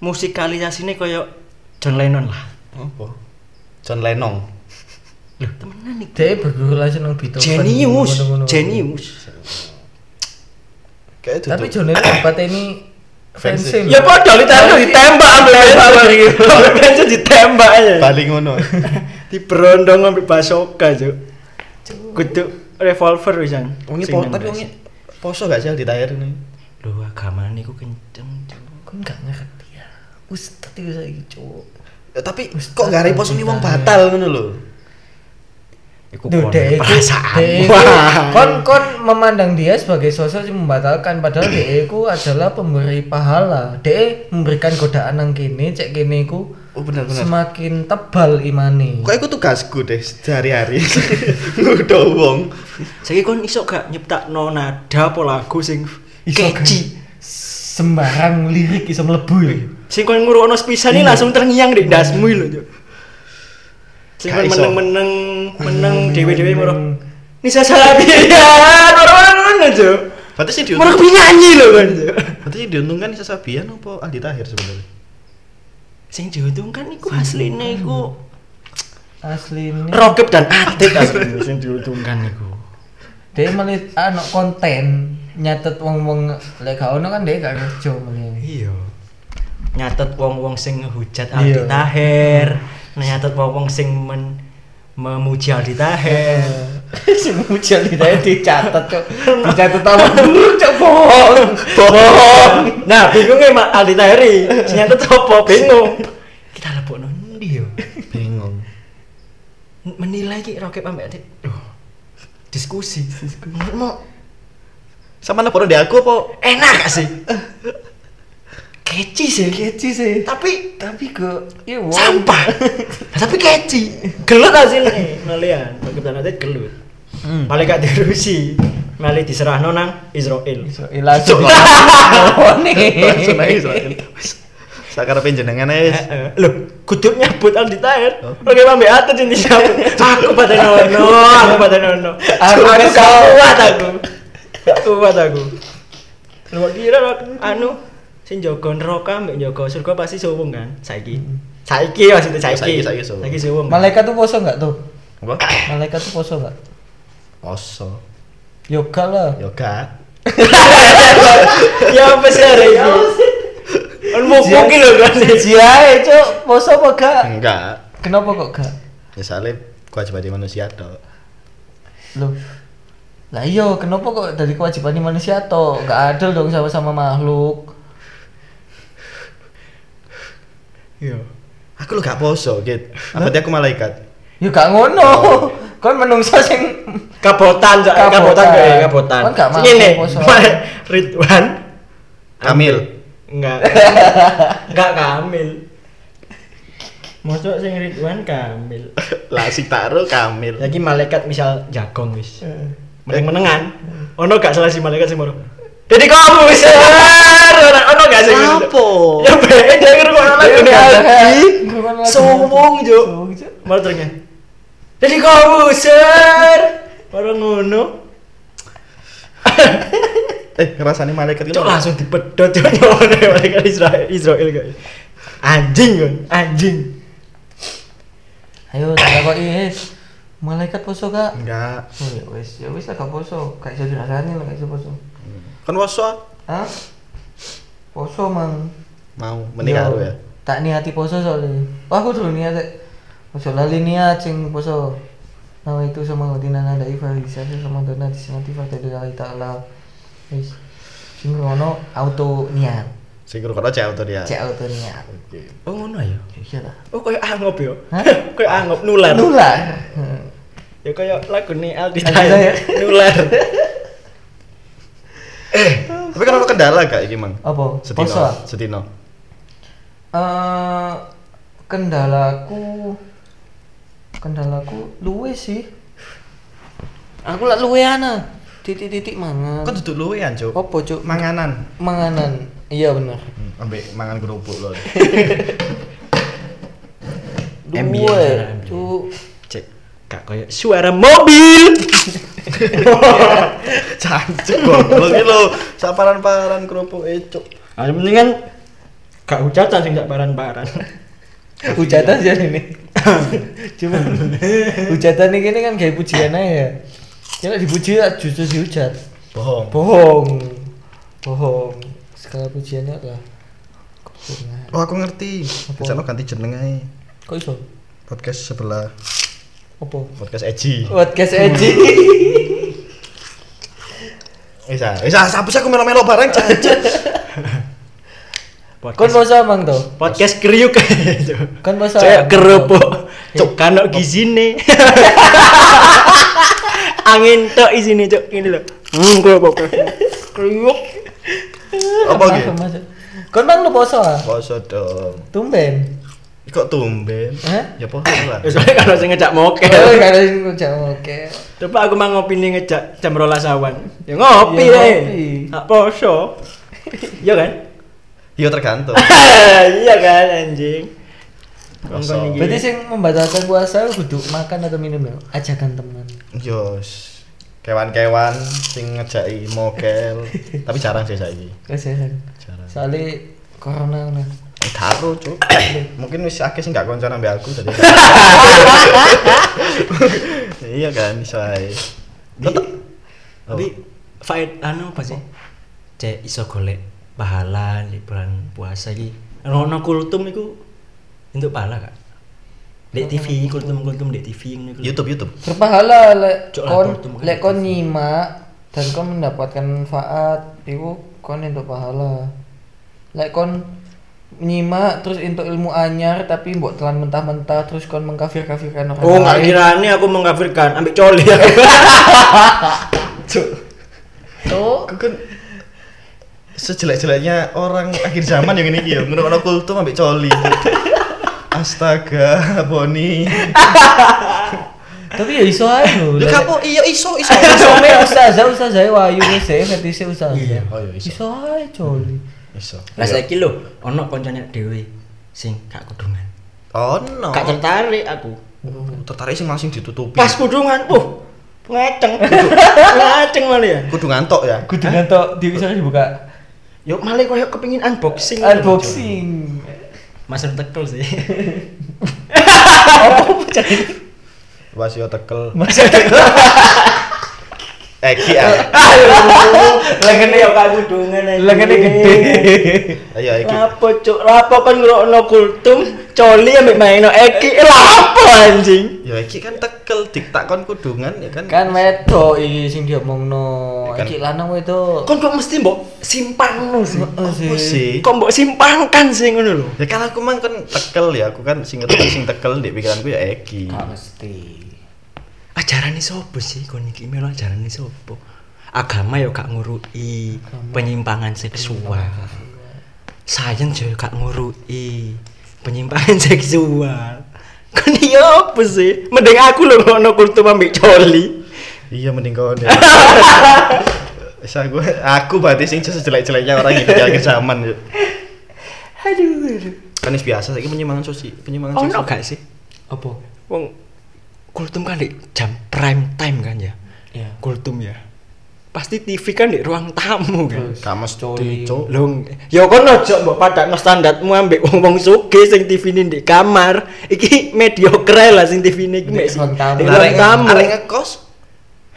[SPEAKER 4] musikalisasine koyo John Lennon lah.
[SPEAKER 2] Apa? John Lennon.
[SPEAKER 4] Loh, temenan iki.
[SPEAKER 1] Dhewe berguru lah seneng Beethoven.
[SPEAKER 4] Genius,
[SPEAKER 1] ngono-ngono.
[SPEAKER 4] genius.
[SPEAKER 2] Kayak
[SPEAKER 1] Tapi
[SPEAKER 2] tutu.
[SPEAKER 1] Johnny dapat ini
[SPEAKER 2] Fans
[SPEAKER 1] fans
[SPEAKER 4] Ya padha Aldi Tahir ditembak ambil ditembak. Bensin ditembak aja.
[SPEAKER 2] Bali ngono.
[SPEAKER 4] diberondong ngambil basoka cuk kudu revolver wisan
[SPEAKER 2] Wengi po tapi wengi poso gak sih Aldi Tahir ini?
[SPEAKER 4] lho agama niku kenceng cuk
[SPEAKER 1] Kok enggak ngerti ya. Ustaz itu saiki, Cuk.
[SPEAKER 2] Eh, Tapi kok gak reposo nih wong batal ngono lho.
[SPEAKER 4] iku
[SPEAKER 1] Duh,
[SPEAKER 4] kono
[SPEAKER 1] dek iku-
[SPEAKER 4] perasaan
[SPEAKER 1] dek iku- kon kon memandang dia sebagai sosok yang membatalkan padahal dek iku adalah pemberi pahala. Dek memberikan godaan nang kene, cek kene iku
[SPEAKER 2] Oh benar benar.
[SPEAKER 1] semakin tebal imani.
[SPEAKER 2] Kok iku tugasku deh sehari-hari. Ngudo wong.
[SPEAKER 4] saiki kon iso gak nyiptakno nada apa lagu sing catchy
[SPEAKER 1] sembarang lirik iso mlebu ya.
[SPEAKER 4] sing kon ngrungokno sepisan iki langsung terngiang di dasmu lho cuk sing
[SPEAKER 2] Gak
[SPEAKER 4] kon
[SPEAKER 2] iso.
[SPEAKER 4] meneng-meneng meneng dhewe-dhewe moro
[SPEAKER 1] meneng.
[SPEAKER 4] Nisa Salabian, orang-orang cuk
[SPEAKER 2] Berarti sih
[SPEAKER 4] Moro
[SPEAKER 2] diuntung.
[SPEAKER 4] kepingin nyanyi lho kan cuk
[SPEAKER 2] Berarti sih diuntungkan Nisa Sabian apa Aldi Tahir sebenarnya?
[SPEAKER 4] Sing diuntungkan iku asline iku
[SPEAKER 1] Asli ini
[SPEAKER 4] Rokep dan Atit asline sing diuntungkan iku.
[SPEAKER 1] dia melit anak konten nyatet wong wong lek gak ono kan dia gak kerja mending.
[SPEAKER 4] Iya. Nyatet wong-wong sing ngehujat
[SPEAKER 1] Iya.
[SPEAKER 4] Aldi Taher, nyatet wong-wong sing men memuji Aldi Taher.
[SPEAKER 1] Sing muncul di dia dicatet cok. Dicatet apa buruk cok bohong.
[SPEAKER 4] Bohong. Nah, bingung ya Mak Aldi Taher iki. Sing nyatet apa bingung. Kita lebokno ndi yo?
[SPEAKER 2] Bingung.
[SPEAKER 4] Menilai ki Rokep ambek Atit. Duh. Diskusi. Mau
[SPEAKER 2] Sama leporo di aku apa?
[SPEAKER 4] enak gak sih? Keci sih.
[SPEAKER 1] Keci sih.
[SPEAKER 4] Tapi
[SPEAKER 1] Tapi kok iya wong.
[SPEAKER 4] sampah Nah, tapi keci gelut hasilnya malian kebetulan aja gelut malah gak diurusi malah diserahno nang Israel
[SPEAKER 1] Israel eh, langsung.
[SPEAKER 2] Cok. Langsung
[SPEAKER 1] Langsung
[SPEAKER 2] aja Israel. Wis. Sakarep jenengan ae. wis.
[SPEAKER 4] Heeh. Eh, Loh, kudu nyabut Aldi Tahir. Oke, Mbak Atet ini nyabut. Aku pada nono, aku pada nono.
[SPEAKER 1] Aku
[SPEAKER 4] Aku gak
[SPEAKER 1] kesel.
[SPEAKER 4] kuat aku. Gak kuat aku. Lu kira Rok, anu sing jaga neraka mbek jaga surga pasti suwung kan saiki. Saiki maksudnya saiki.
[SPEAKER 2] Saiki, saiki suwung.
[SPEAKER 4] Saiki suwung.
[SPEAKER 1] Malaikat tuh poso enggak tuh?
[SPEAKER 2] Apa?
[SPEAKER 1] Malaikat tuh poso enggak?
[SPEAKER 2] Poso.
[SPEAKER 1] Yoga lah.
[SPEAKER 2] Yoga.
[SPEAKER 4] ya apa sih hari ini kan mukul gitu kan
[SPEAKER 1] Iya, cuk, poso apa gak?
[SPEAKER 2] Enggak.
[SPEAKER 1] Kenapa kok gak?
[SPEAKER 2] Misalnya kewajiban manusia toh.
[SPEAKER 1] Loh. Lah iya, kenapa kok dari kewajiban manusia toh? Gak adil dong sama-sama makhluk.
[SPEAKER 4] iya
[SPEAKER 2] Aku lo gak poso, gitu. Berarti aku malaikat.
[SPEAKER 1] Ya gak ngono. Kon menungso sing
[SPEAKER 4] kabotan Cak.
[SPEAKER 1] Kabotan.
[SPEAKER 4] kabotan kayak kabotan
[SPEAKER 1] Kan nggak mampu,
[SPEAKER 4] Sini,
[SPEAKER 1] poso.
[SPEAKER 4] Ridwan
[SPEAKER 2] Kamil.
[SPEAKER 4] enggak enggak Kamil Masuk sing Ridwan Kamil
[SPEAKER 2] Lah si taro Kamil.
[SPEAKER 4] lagi malaikat misal jagong wis meneng menengan ono gak salah si malaikat sing moro jadi kamu wis ono ono gak sing wis?
[SPEAKER 2] Apa?
[SPEAKER 4] ya bae denger kok ono lagu nih
[SPEAKER 1] Sombong,
[SPEAKER 4] sombong jo malah ternyata jadi kamu ser orang ngono
[SPEAKER 2] Eh, ngerasani malaikat itu.
[SPEAKER 4] cok langsung dipedot cok nyono malaikat Israel Israel gak anjing kan anjing
[SPEAKER 1] Ayo, tak kok is. Malaikat poso gak?
[SPEAKER 2] Enggak.
[SPEAKER 1] Oh, ya wis, ya wis lah gak poso. Kayak iso dirasani lah gak iso poso.
[SPEAKER 2] Kan poso
[SPEAKER 1] Hah? Poso mang.
[SPEAKER 2] mau menikah
[SPEAKER 1] Yo,
[SPEAKER 2] ya.
[SPEAKER 1] Tak niati poso soalnya. Wah, aku dulu niat. Cek. Poso lali niat sing poso. Nama itu sama Udina Nanda Iva Rizasa sama Dona Disinati Fakta Dila Ta'ala Wis Sing ngono auto niat
[SPEAKER 2] Sing kira-kira cewek tuh dia.
[SPEAKER 1] Cek auto niat
[SPEAKER 2] Oke.
[SPEAKER 4] oh ngono ya
[SPEAKER 1] Ya Iya lah
[SPEAKER 4] oh koyo angop yo
[SPEAKER 1] Hah?
[SPEAKER 4] koyo angop nular
[SPEAKER 1] Nular Hmm.
[SPEAKER 4] ya kayak lagu nih
[SPEAKER 1] Aldi
[SPEAKER 4] Aldi Taher
[SPEAKER 1] Taher.
[SPEAKER 2] ya?
[SPEAKER 4] nular
[SPEAKER 2] Tapi kan ada kendala gak iki, Mang?
[SPEAKER 1] Apa?
[SPEAKER 2] Sedino.
[SPEAKER 1] Poso
[SPEAKER 2] Sedino.
[SPEAKER 1] Eh, kendalaku kendalaku luwe sih aku lah luwe ana titik-titik mangan
[SPEAKER 2] Kok duduk luwean, Cuk?
[SPEAKER 1] Apa, Cuk?
[SPEAKER 2] Manganan.
[SPEAKER 1] manganan iya bener
[SPEAKER 2] Ambek mangan kerupuk loh.
[SPEAKER 1] luwe
[SPEAKER 4] Ambience, ambience.
[SPEAKER 1] cuk
[SPEAKER 4] cek gak koyo suara mobil
[SPEAKER 2] Cancuk goblok iki lho. Saparan-paran kerupuk e, Cuk.
[SPEAKER 4] ah mendingan gak hujatan sing gak baran-baran
[SPEAKER 1] hujatan sih ini cuman hujatan ini gini kan kayak pujian aja ya kalau dipuji ya justru dihujat
[SPEAKER 2] Bohong.
[SPEAKER 1] bohong bohong segala pujiannya adalah kebohongan
[SPEAKER 2] Oh, aku ngerti.
[SPEAKER 1] Apa?
[SPEAKER 2] Bisa ganti jeneng ae.
[SPEAKER 1] kok iso
[SPEAKER 2] Podcast sebelah
[SPEAKER 1] apa
[SPEAKER 2] podcast Eji.
[SPEAKER 1] podcast Eji
[SPEAKER 2] Bisa, bisa. ah, Sapu aku melo-melo bareng cancuk.
[SPEAKER 1] kon
[SPEAKER 4] podcast
[SPEAKER 1] mau samang tuh
[SPEAKER 4] podcast kriuk
[SPEAKER 1] Kan bahasa
[SPEAKER 4] saya
[SPEAKER 1] Arab.
[SPEAKER 4] kerupuk cok kanok gizine angin tok isine cok ini lho hmm kerupuk kriuk
[SPEAKER 2] Apa
[SPEAKER 1] Maaf,
[SPEAKER 2] gitu?
[SPEAKER 1] maaf. Kon bang lu poso ah?
[SPEAKER 2] Poso dong.
[SPEAKER 1] Tumben.
[SPEAKER 2] Kok tumben?
[SPEAKER 1] Hah?
[SPEAKER 2] Ya poso lah.
[SPEAKER 4] Ya, soalnya kalau sing ngejak
[SPEAKER 1] Oh,
[SPEAKER 4] mokel
[SPEAKER 1] kalau sing ngejak oke.
[SPEAKER 4] iya. coba aku mang ngopi nih ngejak jam rolas awan ya ngopi
[SPEAKER 1] Ya,
[SPEAKER 4] deh
[SPEAKER 1] ngopi.
[SPEAKER 4] tak poso iya kan
[SPEAKER 2] Ya tergantung.
[SPEAKER 4] iya kan anjing
[SPEAKER 2] Poso.
[SPEAKER 4] Kongkong iki.
[SPEAKER 1] Berarti sing membatalkan puasa kudu makan atau minum ya? Ajakan teman.
[SPEAKER 2] Yos. Kewan-kewan sing ngejaki mokel. Tapi jarang sih saiki.
[SPEAKER 1] Kesehatan.
[SPEAKER 2] Jarang.
[SPEAKER 1] Soalnya corona nah.
[SPEAKER 2] Eh, Karo, Cuk. Mungkin wis akeh sing gak koncoan ambek aku tadi. Iya kan, say. Tetep. Oh.
[SPEAKER 4] tapi faed anu apa sih cek iso golek pahala di bulan puasa iki rono kultum iku untuk pahala kak di TV kultum kultum di TV ngono iku.
[SPEAKER 2] YouTube, YouTube.
[SPEAKER 1] Berpahala lek
[SPEAKER 4] Cuk,
[SPEAKER 1] kon
[SPEAKER 4] lapor tuh, makanya
[SPEAKER 1] lek kon nyimak dan kon mendapatkan manfaat, itu kon untuk pahala. Lek kon nyimak terus untuk ilmu anyar tapi mbok telan mentah-mentah terus kon mengkafir-kafirkan orang
[SPEAKER 4] oh nggak
[SPEAKER 1] lain.
[SPEAKER 4] kirani aku mengkafirkan ambil coli
[SPEAKER 1] Tuh.
[SPEAKER 2] Aku kan sejelek-jeleknya orang akhir zaman yang ini ya ngono kultum ambek coli. Astaga, Boni.
[SPEAKER 1] Tapi ya iso ae lho.
[SPEAKER 2] Lu
[SPEAKER 1] Lek-
[SPEAKER 2] kamu iya iso iso.
[SPEAKER 1] Sampai ustazah ustazah wayu wis saya fetishnya ustazah.
[SPEAKER 4] Iya.
[SPEAKER 2] Oh iya iso.
[SPEAKER 1] Iso ae coli.
[SPEAKER 2] Iso.
[SPEAKER 4] nah saiki lho ono koncone dhewe sing gak kudungan
[SPEAKER 2] Oh no. Oh,
[SPEAKER 4] gak tertarik aku
[SPEAKER 2] tertarik sih masing ditutupi.
[SPEAKER 4] pas kudungan uh ngaceng ngaceng malah ya
[SPEAKER 2] Kudu ngantok ya.
[SPEAKER 1] Kudu ngantok di bisa dibuka
[SPEAKER 4] yuk malah kayak kepingin unboxing
[SPEAKER 1] unboxing.
[SPEAKER 4] masih tekel sih
[SPEAKER 2] Wes yo tekel.
[SPEAKER 1] Masa
[SPEAKER 2] eh kia
[SPEAKER 4] Lengan
[SPEAKER 3] ya kak kudungan aja.
[SPEAKER 1] Lengannya gede.
[SPEAKER 2] ayo iki
[SPEAKER 3] Lapo cuk, lapo kan ngrokno kultum, coli ambek maino eki, eh, lapo anjing.
[SPEAKER 2] ya iki kan tekel diktak kon kudungan ya kan
[SPEAKER 1] Kan medo iki sing diomongno.
[SPEAKER 2] Kan-
[SPEAKER 1] Iki lanang itu.
[SPEAKER 3] Kon kok mesti mbok simpan sih.
[SPEAKER 2] Apa sih
[SPEAKER 3] Kok mbok simpankan sih ngono lho.
[SPEAKER 2] ya kan aku mang kan tekel ya aku kan sing ngerti sing tekel di pikiranku ya Eki
[SPEAKER 1] Gak mesti.
[SPEAKER 4] ajarane sopo sih kon iki melu ajarane sopo agama yo gak ngurui penyimpangan seksual sains yo gak ngurui penyimpangan seksual kon iki opo sih
[SPEAKER 3] Mending aku lho ngono kultum ambek coli.
[SPEAKER 2] iya mending kau deh Saya gue, aku berarti sing sejelek-jeleknya orang hidup di akhir zaman yuk.
[SPEAKER 3] Aduh. aduh.
[SPEAKER 2] Kan is biasa, saya penyimpangan sosi, penyimpangan sosi.
[SPEAKER 4] ono gak sih apa wong kultum kan di jam prime time kan ya
[SPEAKER 1] Iya.
[SPEAKER 4] kultum ya pasti TV kan di ruang tamu kan
[SPEAKER 2] Gak mesti,
[SPEAKER 1] Coli.
[SPEAKER 2] Cuk.
[SPEAKER 4] Lung,
[SPEAKER 3] Ya kon ojo mbok padakno standarmu ambek wong-wong sugih sing TV-ne ndek kamar. Iki mediocre lah sing TV-ne iki
[SPEAKER 1] Ndek
[SPEAKER 3] mek sih.
[SPEAKER 1] ruang tamu.
[SPEAKER 3] Ndek ruang
[SPEAKER 2] Arek
[SPEAKER 3] tamu.
[SPEAKER 2] arek ngekos.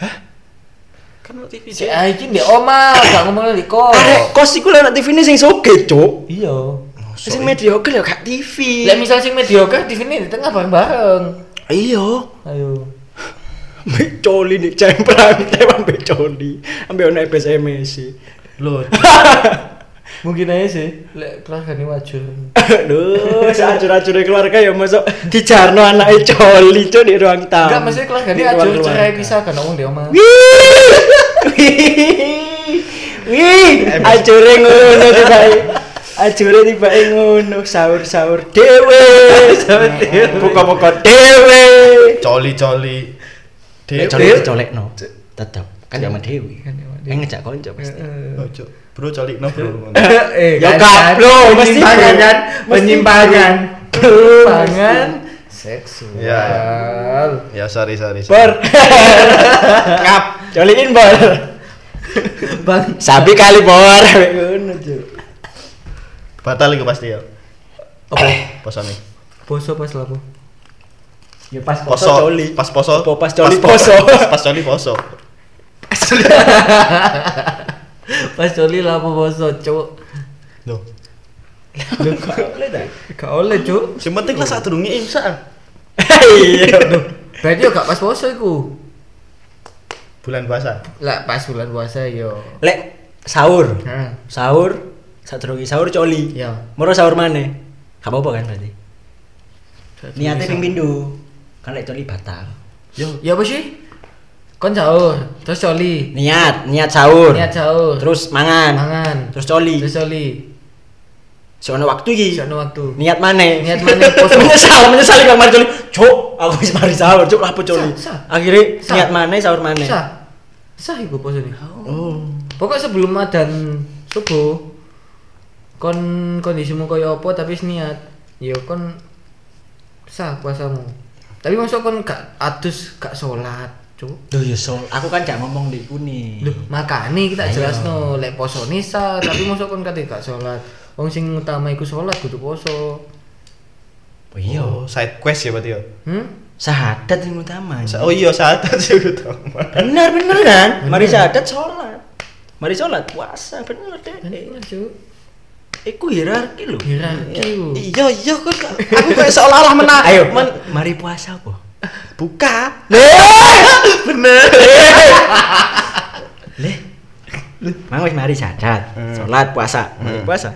[SPEAKER 2] Hah? Kan lo TV
[SPEAKER 1] Si
[SPEAKER 2] sih.
[SPEAKER 1] ah, iki ndek oma, gak ngomong di kos.
[SPEAKER 3] Arek kos iku lek TV-ne sing sugih, Cuk.
[SPEAKER 1] Iya.
[SPEAKER 3] Sing mediocre ya gak TV.
[SPEAKER 1] Lah misal sing mediocre di sini di tengah bareng-bareng.
[SPEAKER 3] Iya.
[SPEAKER 1] Ayo.
[SPEAKER 3] Ambek coli nih, jam prime time ambek coli. Ambek ono SMS.
[SPEAKER 2] Lo
[SPEAKER 1] Mungkin aja sih, lek keluarga ini wajur.
[SPEAKER 3] Aduh, seacur-acure keluarga ya masuk dijarno anake coli cuk di ruang tamu.
[SPEAKER 1] Enggak, maksudnya keluarga
[SPEAKER 3] Di
[SPEAKER 1] ini
[SPEAKER 3] ruang
[SPEAKER 1] wajur
[SPEAKER 3] keluarga.
[SPEAKER 1] cerai bisa kan ngomong di oma.
[SPEAKER 3] Wih, wih, ajure ngono tiba Ajure tiba ngono sahur-sahur Nah, dhewe. Buka-buka dhewe.
[SPEAKER 2] coli-coli.
[SPEAKER 4] Nek
[SPEAKER 2] Dewe.
[SPEAKER 4] colek dicolekno. Tetep kan sama Dewi kan.
[SPEAKER 1] Sama Dewi.
[SPEAKER 4] Kan ngejak konco pasti.
[SPEAKER 2] Oh, Cuk. Bro colik no bro.
[SPEAKER 1] Eh, kan, kan.
[SPEAKER 3] Ya kaplo mesti
[SPEAKER 1] Penyimpangan kan?
[SPEAKER 3] mesti
[SPEAKER 1] Penyimpangan.
[SPEAKER 3] Bro,
[SPEAKER 1] Penyimpangan seksual.
[SPEAKER 2] Ya,
[SPEAKER 1] Iya.
[SPEAKER 2] Ya sorry sorry.
[SPEAKER 3] Bor.
[SPEAKER 2] sorry.
[SPEAKER 3] Ngap, colikin bor.
[SPEAKER 1] Bang,
[SPEAKER 3] Sapi kali bor Ambek ngono cuk.
[SPEAKER 2] Batal iku pasti ya.
[SPEAKER 1] apa?
[SPEAKER 2] Posone.
[SPEAKER 1] Poso pas lapo.
[SPEAKER 3] Ya pas
[SPEAKER 2] Poso. Pas poso.
[SPEAKER 3] Apa pas coli
[SPEAKER 2] po-
[SPEAKER 3] poso?
[SPEAKER 2] Pas pas coli poso.
[SPEAKER 1] Pas coli lapo poso, cuk.
[SPEAKER 2] Loh.
[SPEAKER 1] Gak oleh, cuk.
[SPEAKER 2] Sing penting lah saat durunge imsak.
[SPEAKER 3] Iya.
[SPEAKER 1] Berarti yo gak pas poso iku.
[SPEAKER 2] Bulan puasa.
[SPEAKER 1] Lah pas bulan puasa yo. Nah,
[SPEAKER 4] Lek sahur.
[SPEAKER 1] Heeh.
[SPEAKER 4] Sahur sadurunge sahur coli.
[SPEAKER 1] Iya.
[SPEAKER 4] Moro sahur maneh. Gak apa-apa kan berarti. Niate ping pindho. Kan lek coli batal.
[SPEAKER 2] Yo.
[SPEAKER 1] Ya apa sih? Kon sahur, terus coli.
[SPEAKER 4] Niat, niat sahur.
[SPEAKER 1] Niat sahur.
[SPEAKER 4] Terus mangan.
[SPEAKER 1] mangan.
[SPEAKER 4] Terus coli.
[SPEAKER 1] Terus coli.
[SPEAKER 4] Soalnya waktu iki.
[SPEAKER 1] Sono waktu.
[SPEAKER 4] Niat maneh.
[SPEAKER 1] Niat maneh, poso.
[SPEAKER 4] menyesal, menyesal Kang Mari coli. Cuk, aku wis mari sahur, cuk lapo coli.
[SPEAKER 1] Sa- sa-
[SPEAKER 4] Akhirnya
[SPEAKER 1] sa-
[SPEAKER 4] niat maneh sahur maneh.
[SPEAKER 1] Sah. Sah iku poso nih.
[SPEAKER 4] Oh.
[SPEAKER 1] Pokok sebelum adzan subuh kon kondisimu koyo apa tapi wis niat ya kon sah puasamu. Tapi masuk kon gak adus gak sholat, cuk.
[SPEAKER 4] Duh, ya sol. Aku kan gak ngomong di kuni.
[SPEAKER 1] Duh, makane kita
[SPEAKER 4] Ayo.
[SPEAKER 1] jelas no lek poso nisa, tapi mosok kon kate gak salat. Wong sing utama iku salat kudu poso.
[SPEAKER 4] Oh, iya.
[SPEAKER 2] Oh, side quest ya berarti ya.
[SPEAKER 1] Hmm?
[SPEAKER 4] Syahadat yang utama.
[SPEAKER 2] Sa- Oh iya saat sih utama.
[SPEAKER 4] Bener bener kan? Mari syahadat sholat. Mari sholat puasa bener deh.
[SPEAKER 1] Bener, Cuk.
[SPEAKER 4] Iku hierarki lho.
[SPEAKER 1] Hierarki ku.
[SPEAKER 2] Iya iya kok aku kayak seolah-olah menang.
[SPEAKER 4] Ayo, mari puasa apa?
[SPEAKER 2] buka.
[SPEAKER 4] Leh. Mang wis mari syahadat,
[SPEAKER 2] Hmm.
[SPEAKER 4] sholat puasa. Mari
[SPEAKER 2] Hmm.
[SPEAKER 4] puasa.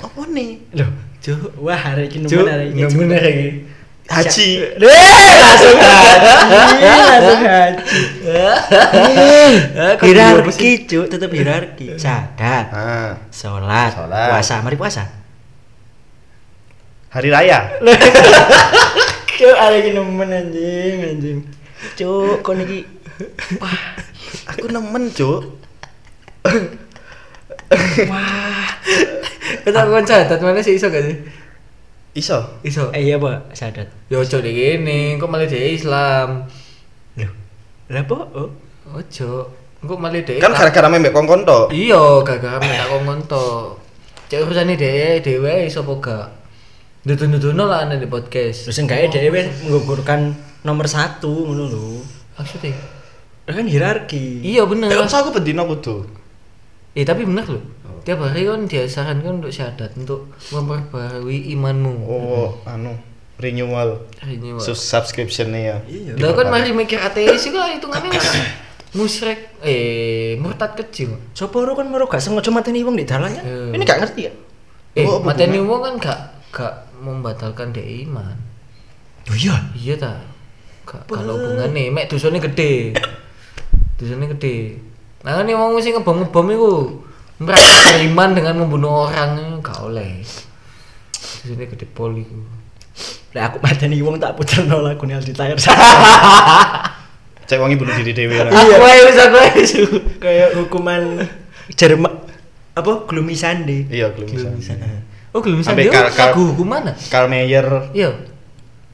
[SPEAKER 2] Apa nih?
[SPEAKER 4] Loh, Cuk, wah hari ini
[SPEAKER 1] Cuk,
[SPEAKER 4] nemen hari ini. Cuk.
[SPEAKER 1] bener iki.
[SPEAKER 2] Haji.
[SPEAKER 4] Eh, langsung haji, langsung haji.
[SPEAKER 1] Eh, kok
[SPEAKER 4] Hierarki, Iya. Cuk, tetap hierarki. Syahadat,
[SPEAKER 2] Ah,
[SPEAKER 4] sholat,
[SPEAKER 2] Sholat.
[SPEAKER 4] puasa, mari puasa.
[SPEAKER 2] hari raya.
[SPEAKER 3] Cuk, arek iki nemen anjing, anjing.
[SPEAKER 4] Cuk, kon iki
[SPEAKER 2] Aku nemen, Cuk.
[SPEAKER 1] Kita kon catat mana sih iso gak sih?
[SPEAKER 2] Iso.
[SPEAKER 1] Iso.
[SPEAKER 4] Eh iya, Pak, syahadat.
[SPEAKER 1] Yo ojo dek ngene, kok malah dek Islam.
[SPEAKER 4] Loh. Lah apa? Oh.
[SPEAKER 1] Ojo. Engko malah dek.
[SPEAKER 2] Kan
[SPEAKER 1] tak-
[SPEAKER 2] gara-gara membek kongkon to.
[SPEAKER 1] Iya, gara-gara minta kongkon to. Cek urusane dek dhewe iso apa gak? Dudun-duduno lah nek di podcast.
[SPEAKER 4] ya, Terus enggaknya dhewe menggugurkan nomor satu ngono lho.
[SPEAKER 1] Maksudnya?
[SPEAKER 4] kan hierarki
[SPEAKER 1] Iya bener.
[SPEAKER 2] Nek usah Eh, aku bendino kudu.
[SPEAKER 1] Eh tapi bener loh. Tiap hari kan dia sarankan untuk syahadat untuk memperbarui imanmu.
[SPEAKER 2] Oh, anu renewal
[SPEAKER 1] Renewal.
[SPEAKER 2] Sus- subscription-nya ya.
[SPEAKER 4] Iya.
[SPEAKER 1] Lah kan mari mikir ateis juga hitungannya mus musyrek eh murtad kecil.
[SPEAKER 4] Sopo ro kan mero gak sengaja mateni wong di dalan ya.
[SPEAKER 1] Eh,
[SPEAKER 3] Ini gak ngerti ya?
[SPEAKER 1] eh
[SPEAKER 2] Oh, apa
[SPEAKER 1] mateni wong kan gak gak membatalkan dia iman.
[SPEAKER 4] Oh iya.
[SPEAKER 1] Iya ta. Gak kalau hubungan nih mek dosane gede. Dosane gede. Nah kan yang wong sing ngebom-ngebom iku merasa beriman dengan membunuh orang gak oleh. Dosane gede pol iku.
[SPEAKER 4] Lah aku mateni wong tak puterno lagune Aldi Tayar.
[SPEAKER 2] Cek wangi bunuh diri dewe ora.
[SPEAKER 1] Aku ae wis aku ae.
[SPEAKER 4] Kayak hukuman Jerman apa gloomy Sunday.
[SPEAKER 2] Iya, belum bisa.
[SPEAKER 1] Oh belum bisa
[SPEAKER 2] Sampai
[SPEAKER 1] dia
[SPEAKER 2] kar- kar-
[SPEAKER 1] lagu hukuman. ah?
[SPEAKER 2] Karl Mayer.
[SPEAKER 1] Iya.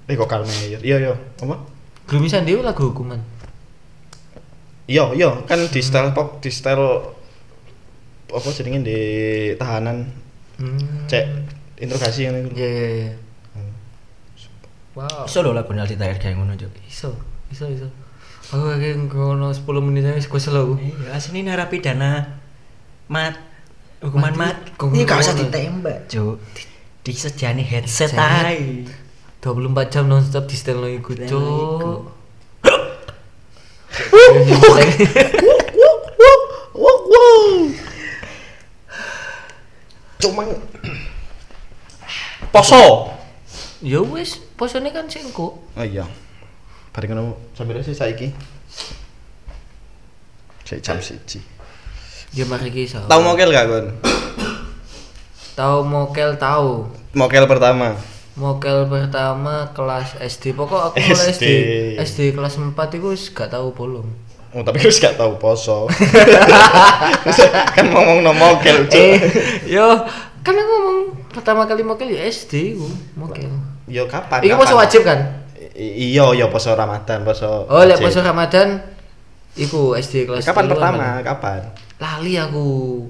[SPEAKER 2] Eh kok Karl Mayer? Iya, iya. Apa?
[SPEAKER 1] Gloomy Sunday lagu hukuman.
[SPEAKER 2] Iya, iya, kan di style pop, di style apa jenenge di tahanan
[SPEAKER 1] Hmm.
[SPEAKER 2] cek interogasi yang itu.
[SPEAKER 1] Iya iya iya. Wow.
[SPEAKER 4] Iso lho lagune Aldi Tayar kayak ngono, Cuk.
[SPEAKER 1] Iso, iso, iso. Aku kayak ngono 10 menit aja gue selalu.
[SPEAKER 4] Iya, asli narapidana mat hukuman mat.
[SPEAKER 1] Mati.
[SPEAKER 4] Ini gak usah
[SPEAKER 1] Hukuman.
[SPEAKER 4] ditembak, Cuk. Disejani headset ae.
[SPEAKER 1] 24 jam nonstop di setel lo ikut
[SPEAKER 4] Setel lo
[SPEAKER 1] cok.
[SPEAKER 2] Wow, wow. Cuma
[SPEAKER 3] Poso.
[SPEAKER 1] Ya wis, posone kan singko.
[SPEAKER 2] Oh iya. Bareng ngono sambil sih saiki. Cek jam siji.
[SPEAKER 1] Ya mari ki iso.
[SPEAKER 2] Tahu mokel gak, Gon?
[SPEAKER 1] Tahu mokel tahu.
[SPEAKER 2] Mokel pertama.
[SPEAKER 1] Mokel pertama kelas SD. Pokok aku mulai
[SPEAKER 2] SD.
[SPEAKER 1] SD. SD kelas 4 itu wis gak tahu bolong.
[SPEAKER 2] Oh, tapi wis gak tahu poso. kan ngomong no
[SPEAKER 1] Eh,
[SPEAKER 2] mokel, Cuk.
[SPEAKER 1] yo, kan aku ngomong pertama kali mokel ya SD ku, mokel.
[SPEAKER 2] Yo kapan?
[SPEAKER 1] Iku
[SPEAKER 2] kapan?
[SPEAKER 1] poso wajib kan?
[SPEAKER 2] I- Iya, iya poso Ramadan, poso.
[SPEAKER 1] Oh, lek
[SPEAKER 2] wajib.
[SPEAKER 1] poso Ramadan iya, iku SD kelas
[SPEAKER 2] Kapan
[SPEAKER 1] telu apa?
[SPEAKER 2] pertama? Kapan?
[SPEAKER 1] Lali aku.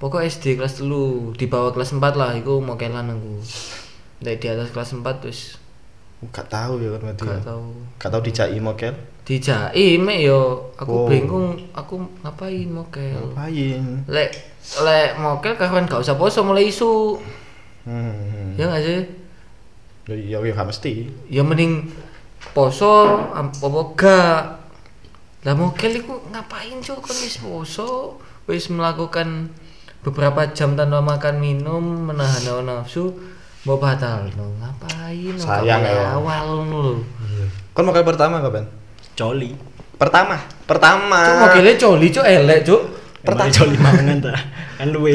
[SPEAKER 1] Pokok SD kelas telu di bawah kelas 4 lah iku mokelan aku. Lek di atas kelas 4 terus
[SPEAKER 2] Gak tahu ya kan berarti.
[SPEAKER 1] gak
[SPEAKER 2] ya.
[SPEAKER 1] tau
[SPEAKER 2] Gak tahu dijai mokel.
[SPEAKER 1] Dijai mek yo aku
[SPEAKER 2] Oh.
[SPEAKER 1] bingung aku ngapain mokel.
[SPEAKER 2] Ngapain?
[SPEAKER 1] Lek lek mokel karuan gak usah poso mulai isu.
[SPEAKER 2] Hmm.
[SPEAKER 1] Ya gak sih?
[SPEAKER 2] Yo yo yo gak mesti.
[SPEAKER 1] ya mending poso am- apa gak lah mokel iku ngapain cok kan wis poso wis melakukan beberapa jam tanpa makan minum menahan hawa nafsu mau batal no ngapain no,
[SPEAKER 2] Sayang
[SPEAKER 1] Gak boleh
[SPEAKER 2] ya.
[SPEAKER 1] awal no lo
[SPEAKER 2] Kon mokel pertama kapan?
[SPEAKER 4] Coli.
[SPEAKER 2] Pertama, pertama.
[SPEAKER 4] Ah.
[SPEAKER 1] cok mokelnya coli cok elek cok
[SPEAKER 4] Pertama coli mangan ta. Kan luwe.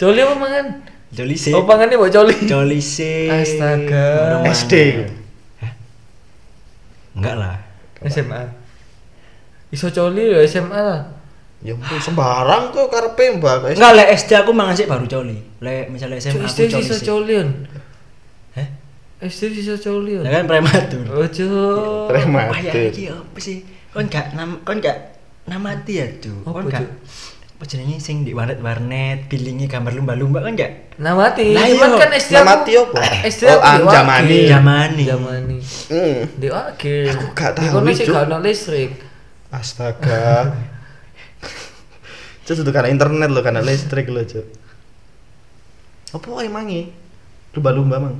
[SPEAKER 1] coli apa mangan
[SPEAKER 4] Coli sih.
[SPEAKER 1] oh pangannya mau coli
[SPEAKER 4] Coli sih.
[SPEAKER 1] Astaga.
[SPEAKER 4] Baru mangan.
[SPEAKER 2] SD.
[SPEAKER 4] Enggak lah.
[SPEAKER 1] SMA iso coli ya SMA lah
[SPEAKER 2] Ya ampun, sembarang kok karepe Mbak.
[SPEAKER 4] Enggak lek SD aku mangan sih baru coli. Lek misalnya
[SPEAKER 1] cok
[SPEAKER 4] SMA aku
[SPEAKER 1] SD
[SPEAKER 4] coli
[SPEAKER 1] iso
[SPEAKER 4] sih.
[SPEAKER 1] coli Yon.
[SPEAKER 4] Heh?
[SPEAKER 1] SD iso coli Yon.
[SPEAKER 4] Lah kan prematur.
[SPEAKER 1] oh iya, cok
[SPEAKER 4] Bayar
[SPEAKER 2] Prematur.
[SPEAKER 4] ya iki apa sih? Kon gak nam kon gak namati ya, Cuk.
[SPEAKER 1] Apa,
[SPEAKER 4] Kon gak
[SPEAKER 1] Cuk?
[SPEAKER 4] apa jenenge sing di warnet-warnet, billinge gambar lumba-lumba kan gak?
[SPEAKER 1] Nah mati,
[SPEAKER 4] Lah,
[SPEAKER 1] cuman
[SPEAKER 4] iya.
[SPEAKER 1] kan SD
[SPEAKER 2] Nah,
[SPEAKER 1] aku-
[SPEAKER 2] mati apa?
[SPEAKER 1] SD aku
[SPEAKER 2] Oh, am
[SPEAKER 1] di Wage.
[SPEAKER 2] Jamani.
[SPEAKER 4] Jamani.
[SPEAKER 1] Jamani.
[SPEAKER 2] Hmm.
[SPEAKER 1] Di Wage.
[SPEAKER 2] Aku gak
[SPEAKER 1] Di
[SPEAKER 2] tahu,
[SPEAKER 1] kono sih
[SPEAKER 2] Cuk.
[SPEAKER 1] gak ono listrik.
[SPEAKER 2] Astaga. Cuk, itu karena internet loh, karena listrik loh, Cuk. Apa emangi? Lumba-lumba, Mang.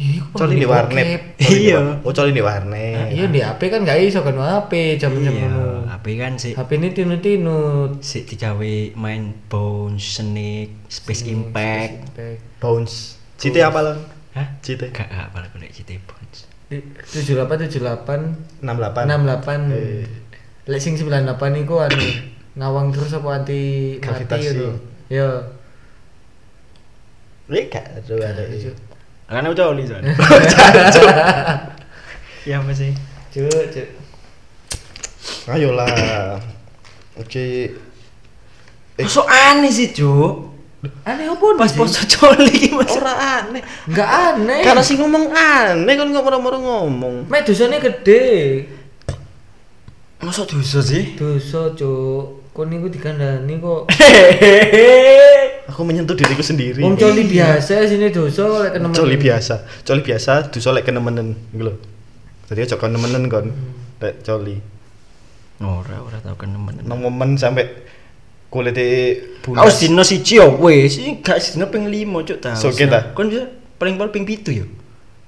[SPEAKER 1] Ya, iku
[SPEAKER 2] Coli di
[SPEAKER 1] pembeli
[SPEAKER 2] warnet.
[SPEAKER 1] bokep.
[SPEAKER 2] Coli di
[SPEAKER 4] Iya.
[SPEAKER 2] wa- Oh, coli di
[SPEAKER 1] Nah, Iya
[SPEAKER 2] warnet.
[SPEAKER 1] di HP kan gak iso kan HP
[SPEAKER 4] Iya.
[SPEAKER 1] jam-jam ngono.
[SPEAKER 4] HP kan sih
[SPEAKER 1] HP ini tinut-tinut.
[SPEAKER 4] sik digawe main Bones, Snake, Space Impact.
[SPEAKER 2] Bounce. Cite apa lo?
[SPEAKER 4] Hah?
[SPEAKER 2] Cite.
[SPEAKER 4] Gak gak apa aku lek GT Bones.
[SPEAKER 1] Tujuh delapan, tujuh delapan,
[SPEAKER 2] 68.
[SPEAKER 1] enam delapan.
[SPEAKER 2] Eh.
[SPEAKER 1] Lek sing sembilan delapan iku anu ngawang terus apa anti
[SPEAKER 2] Gravitasi.
[SPEAKER 1] mati itu. Iya. Yo.
[SPEAKER 2] Ini gak ada ada.
[SPEAKER 4] Kan aku coli soalnya. Ya apa sih?
[SPEAKER 1] Cuk, cuk.
[SPEAKER 2] Ayolah. Oke. Eh.
[SPEAKER 4] Masuk aneh sih, Cuk.
[SPEAKER 1] Aneh opo
[SPEAKER 4] Pas poso coli iki Mas.
[SPEAKER 2] Ora aneh.
[SPEAKER 1] Enggak aneh.
[SPEAKER 2] Karena sih ngomong aneh kan nggak moro-moro ngomong.
[SPEAKER 1] Mek dosane gede.
[SPEAKER 4] Masuk dosa sih.
[SPEAKER 1] Dosa, Cuk. Kon niku dikandani kok.
[SPEAKER 2] Aku menyentuh diriku sendiri.
[SPEAKER 1] Wong coli biasa sini dosa lek kena
[SPEAKER 2] Coli biasa. Coli biasa
[SPEAKER 1] Hmm.
[SPEAKER 2] duso lek kenemenen gitu loh. Jadi aja kon nemenen kon. Lek coli.
[SPEAKER 4] Ora, ora tau kan kenemen.
[SPEAKER 2] Nang momen sampai kulitnya bulat.
[SPEAKER 4] Aku dino siji ya wis, iki gak dino ping 5 cuk ta.
[SPEAKER 2] Soke ta?
[SPEAKER 4] Kon bisa paling paling ping 7 ya.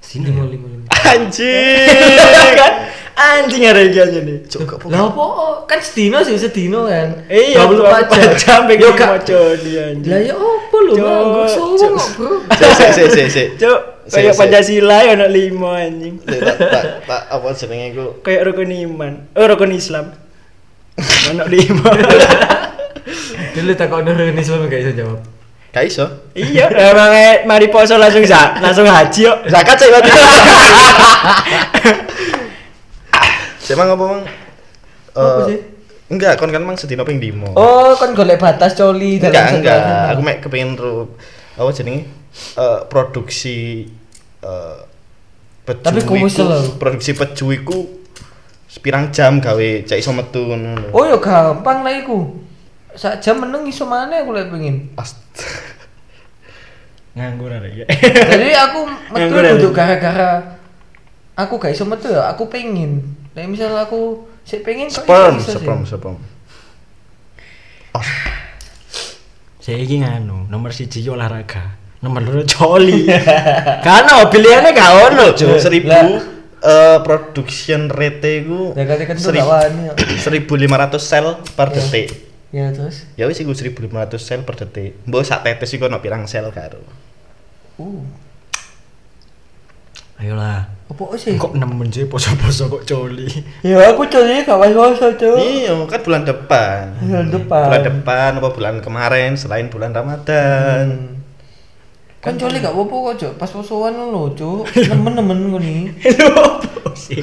[SPEAKER 4] Dino
[SPEAKER 1] lima
[SPEAKER 4] ya.
[SPEAKER 1] lima lima
[SPEAKER 2] Anjir.
[SPEAKER 4] Kan anjing ada iki aja nih.
[SPEAKER 2] Cuk, kok
[SPEAKER 1] lah apa kan sedino sih sedino kan
[SPEAKER 3] Eh, Iya,
[SPEAKER 1] 24
[SPEAKER 3] 24 jam ping
[SPEAKER 1] Yo, Kak.
[SPEAKER 3] 5 jam dia anjing.
[SPEAKER 1] lah ya apa lu
[SPEAKER 3] Cuk,
[SPEAKER 1] ngangguk
[SPEAKER 3] cuk.
[SPEAKER 1] sowo bro
[SPEAKER 2] Sik, sik, sik, sik, sik.
[SPEAKER 3] Cuk,
[SPEAKER 2] Sik,
[SPEAKER 3] kayak
[SPEAKER 2] sik.
[SPEAKER 3] Pancasila ya anak 5 anjing.
[SPEAKER 2] Sik, tak tak tak apa jenenge iku?
[SPEAKER 3] Kayak rukun iman. Oh, rukun Islam. Anak 5.
[SPEAKER 1] dulu tak kau nurunin Islam gak bisa jawab
[SPEAKER 2] Gak iso.
[SPEAKER 3] Iya, emang eh, mari poso langsung za, langsung haji yuk.
[SPEAKER 2] Zakat sik berarti. Sik mang apa mang?
[SPEAKER 1] Apa sih?
[SPEAKER 2] Eh, Enggak, kon kan mang sedina ping dimo.
[SPEAKER 1] oh kan golek batas coli dalam
[SPEAKER 2] enggak enggak
[SPEAKER 1] sekarang.
[SPEAKER 2] aku mek kepengin ru apa jenenge Eh produksi eh peju
[SPEAKER 1] Tapi
[SPEAKER 2] iku-
[SPEAKER 1] kumis lho.
[SPEAKER 2] produksi peju iku pirang jam gawe cek iso metu ngono
[SPEAKER 1] oh ya gampang lah iku sak jam meneng iso mana aku lagi pengen
[SPEAKER 4] Nganggur ada ya.
[SPEAKER 1] jadi aku metu
[SPEAKER 3] Nganggur ya,
[SPEAKER 1] untuk
[SPEAKER 3] Lim.
[SPEAKER 1] gara-gara aku gak iso metu ya aku pengen nah misal aku sih pengen kok
[SPEAKER 2] sperm
[SPEAKER 1] iso-iso sih.
[SPEAKER 2] sperm sperm
[SPEAKER 4] Saya iki nganu, nomor 1 olahraga. Nomor loro coli.
[SPEAKER 3] Karena oh, pilihannya gak ono,
[SPEAKER 2] Jauh
[SPEAKER 3] Cuk.
[SPEAKER 2] seribu
[SPEAKER 1] lah.
[SPEAKER 2] eh, production rate iku
[SPEAKER 1] Ya, katakan tuh
[SPEAKER 2] serib-
[SPEAKER 1] gak wani, ya.
[SPEAKER 2] 1500 sel per
[SPEAKER 1] Ya.
[SPEAKER 2] detik
[SPEAKER 1] ya terus
[SPEAKER 2] ya wis iku 1500 sel per detik mbok sak tetes iku ono pirang sel karo
[SPEAKER 1] uh
[SPEAKER 4] Ayolah.
[SPEAKER 1] apa sih
[SPEAKER 4] Kok nemen je poso-poso kok coli.
[SPEAKER 1] ya aku coli gak was-was tuh
[SPEAKER 2] iya kan bulan depan
[SPEAKER 1] bulan depan
[SPEAKER 2] bulan depan apa bulan kemarin selain bulan Ramadan
[SPEAKER 1] kan coli gak apa-apa kok cok pas posoan lo cok temen-temen gue nih
[SPEAKER 3] Lu apa sih?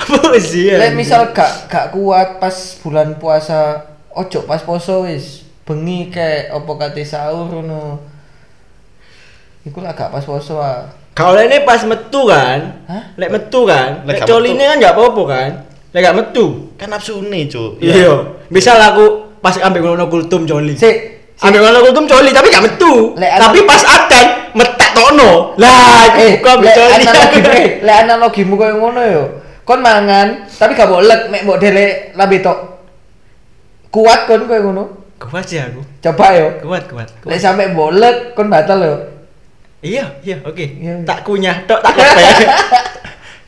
[SPEAKER 3] Apa sih? ya?
[SPEAKER 1] Lek
[SPEAKER 3] anjing?
[SPEAKER 1] misal gak gak kuat pas bulan puasa, ojo pas poso wis bengi kayak opo kate sahur ngono. Iku lah gak pas poso ah.
[SPEAKER 3] Kalau ini pas metu kan,
[SPEAKER 1] Hah?
[SPEAKER 3] lek metu kan,
[SPEAKER 2] Lek
[SPEAKER 3] lek
[SPEAKER 2] gak
[SPEAKER 3] coli ini kan nggak apa-apa kan, lek gak metu.
[SPEAKER 2] kan nafsu nih cu
[SPEAKER 3] Iya. Misal aku pas ambil ngono kultum coli,
[SPEAKER 1] Sik, sik.
[SPEAKER 3] ambil ngono kultum coli tapi gak metu.
[SPEAKER 1] Lek ana-
[SPEAKER 3] tapi pas aten metek tono. Lah,
[SPEAKER 1] Eh,
[SPEAKER 3] aku ambil
[SPEAKER 1] lek
[SPEAKER 3] coli.
[SPEAKER 1] analogi eh, lek analogimu koyo ngono yo. Kon mangan tapi gak mau lek mek mbok delek lambe tok. Kuat kon koyo ngono.
[SPEAKER 4] Kuat sih aku.
[SPEAKER 1] Coba yo.
[SPEAKER 4] Kuat, kuat.
[SPEAKER 1] Lek sampe bolek kon batal yo.
[SPEAKER 4] Iya, iya, oke.
[SPEAKER 1] Iya.
[SPEAKER 3] Tak kunyah tok, tak lepek.
[SPEAKER 2] Iya.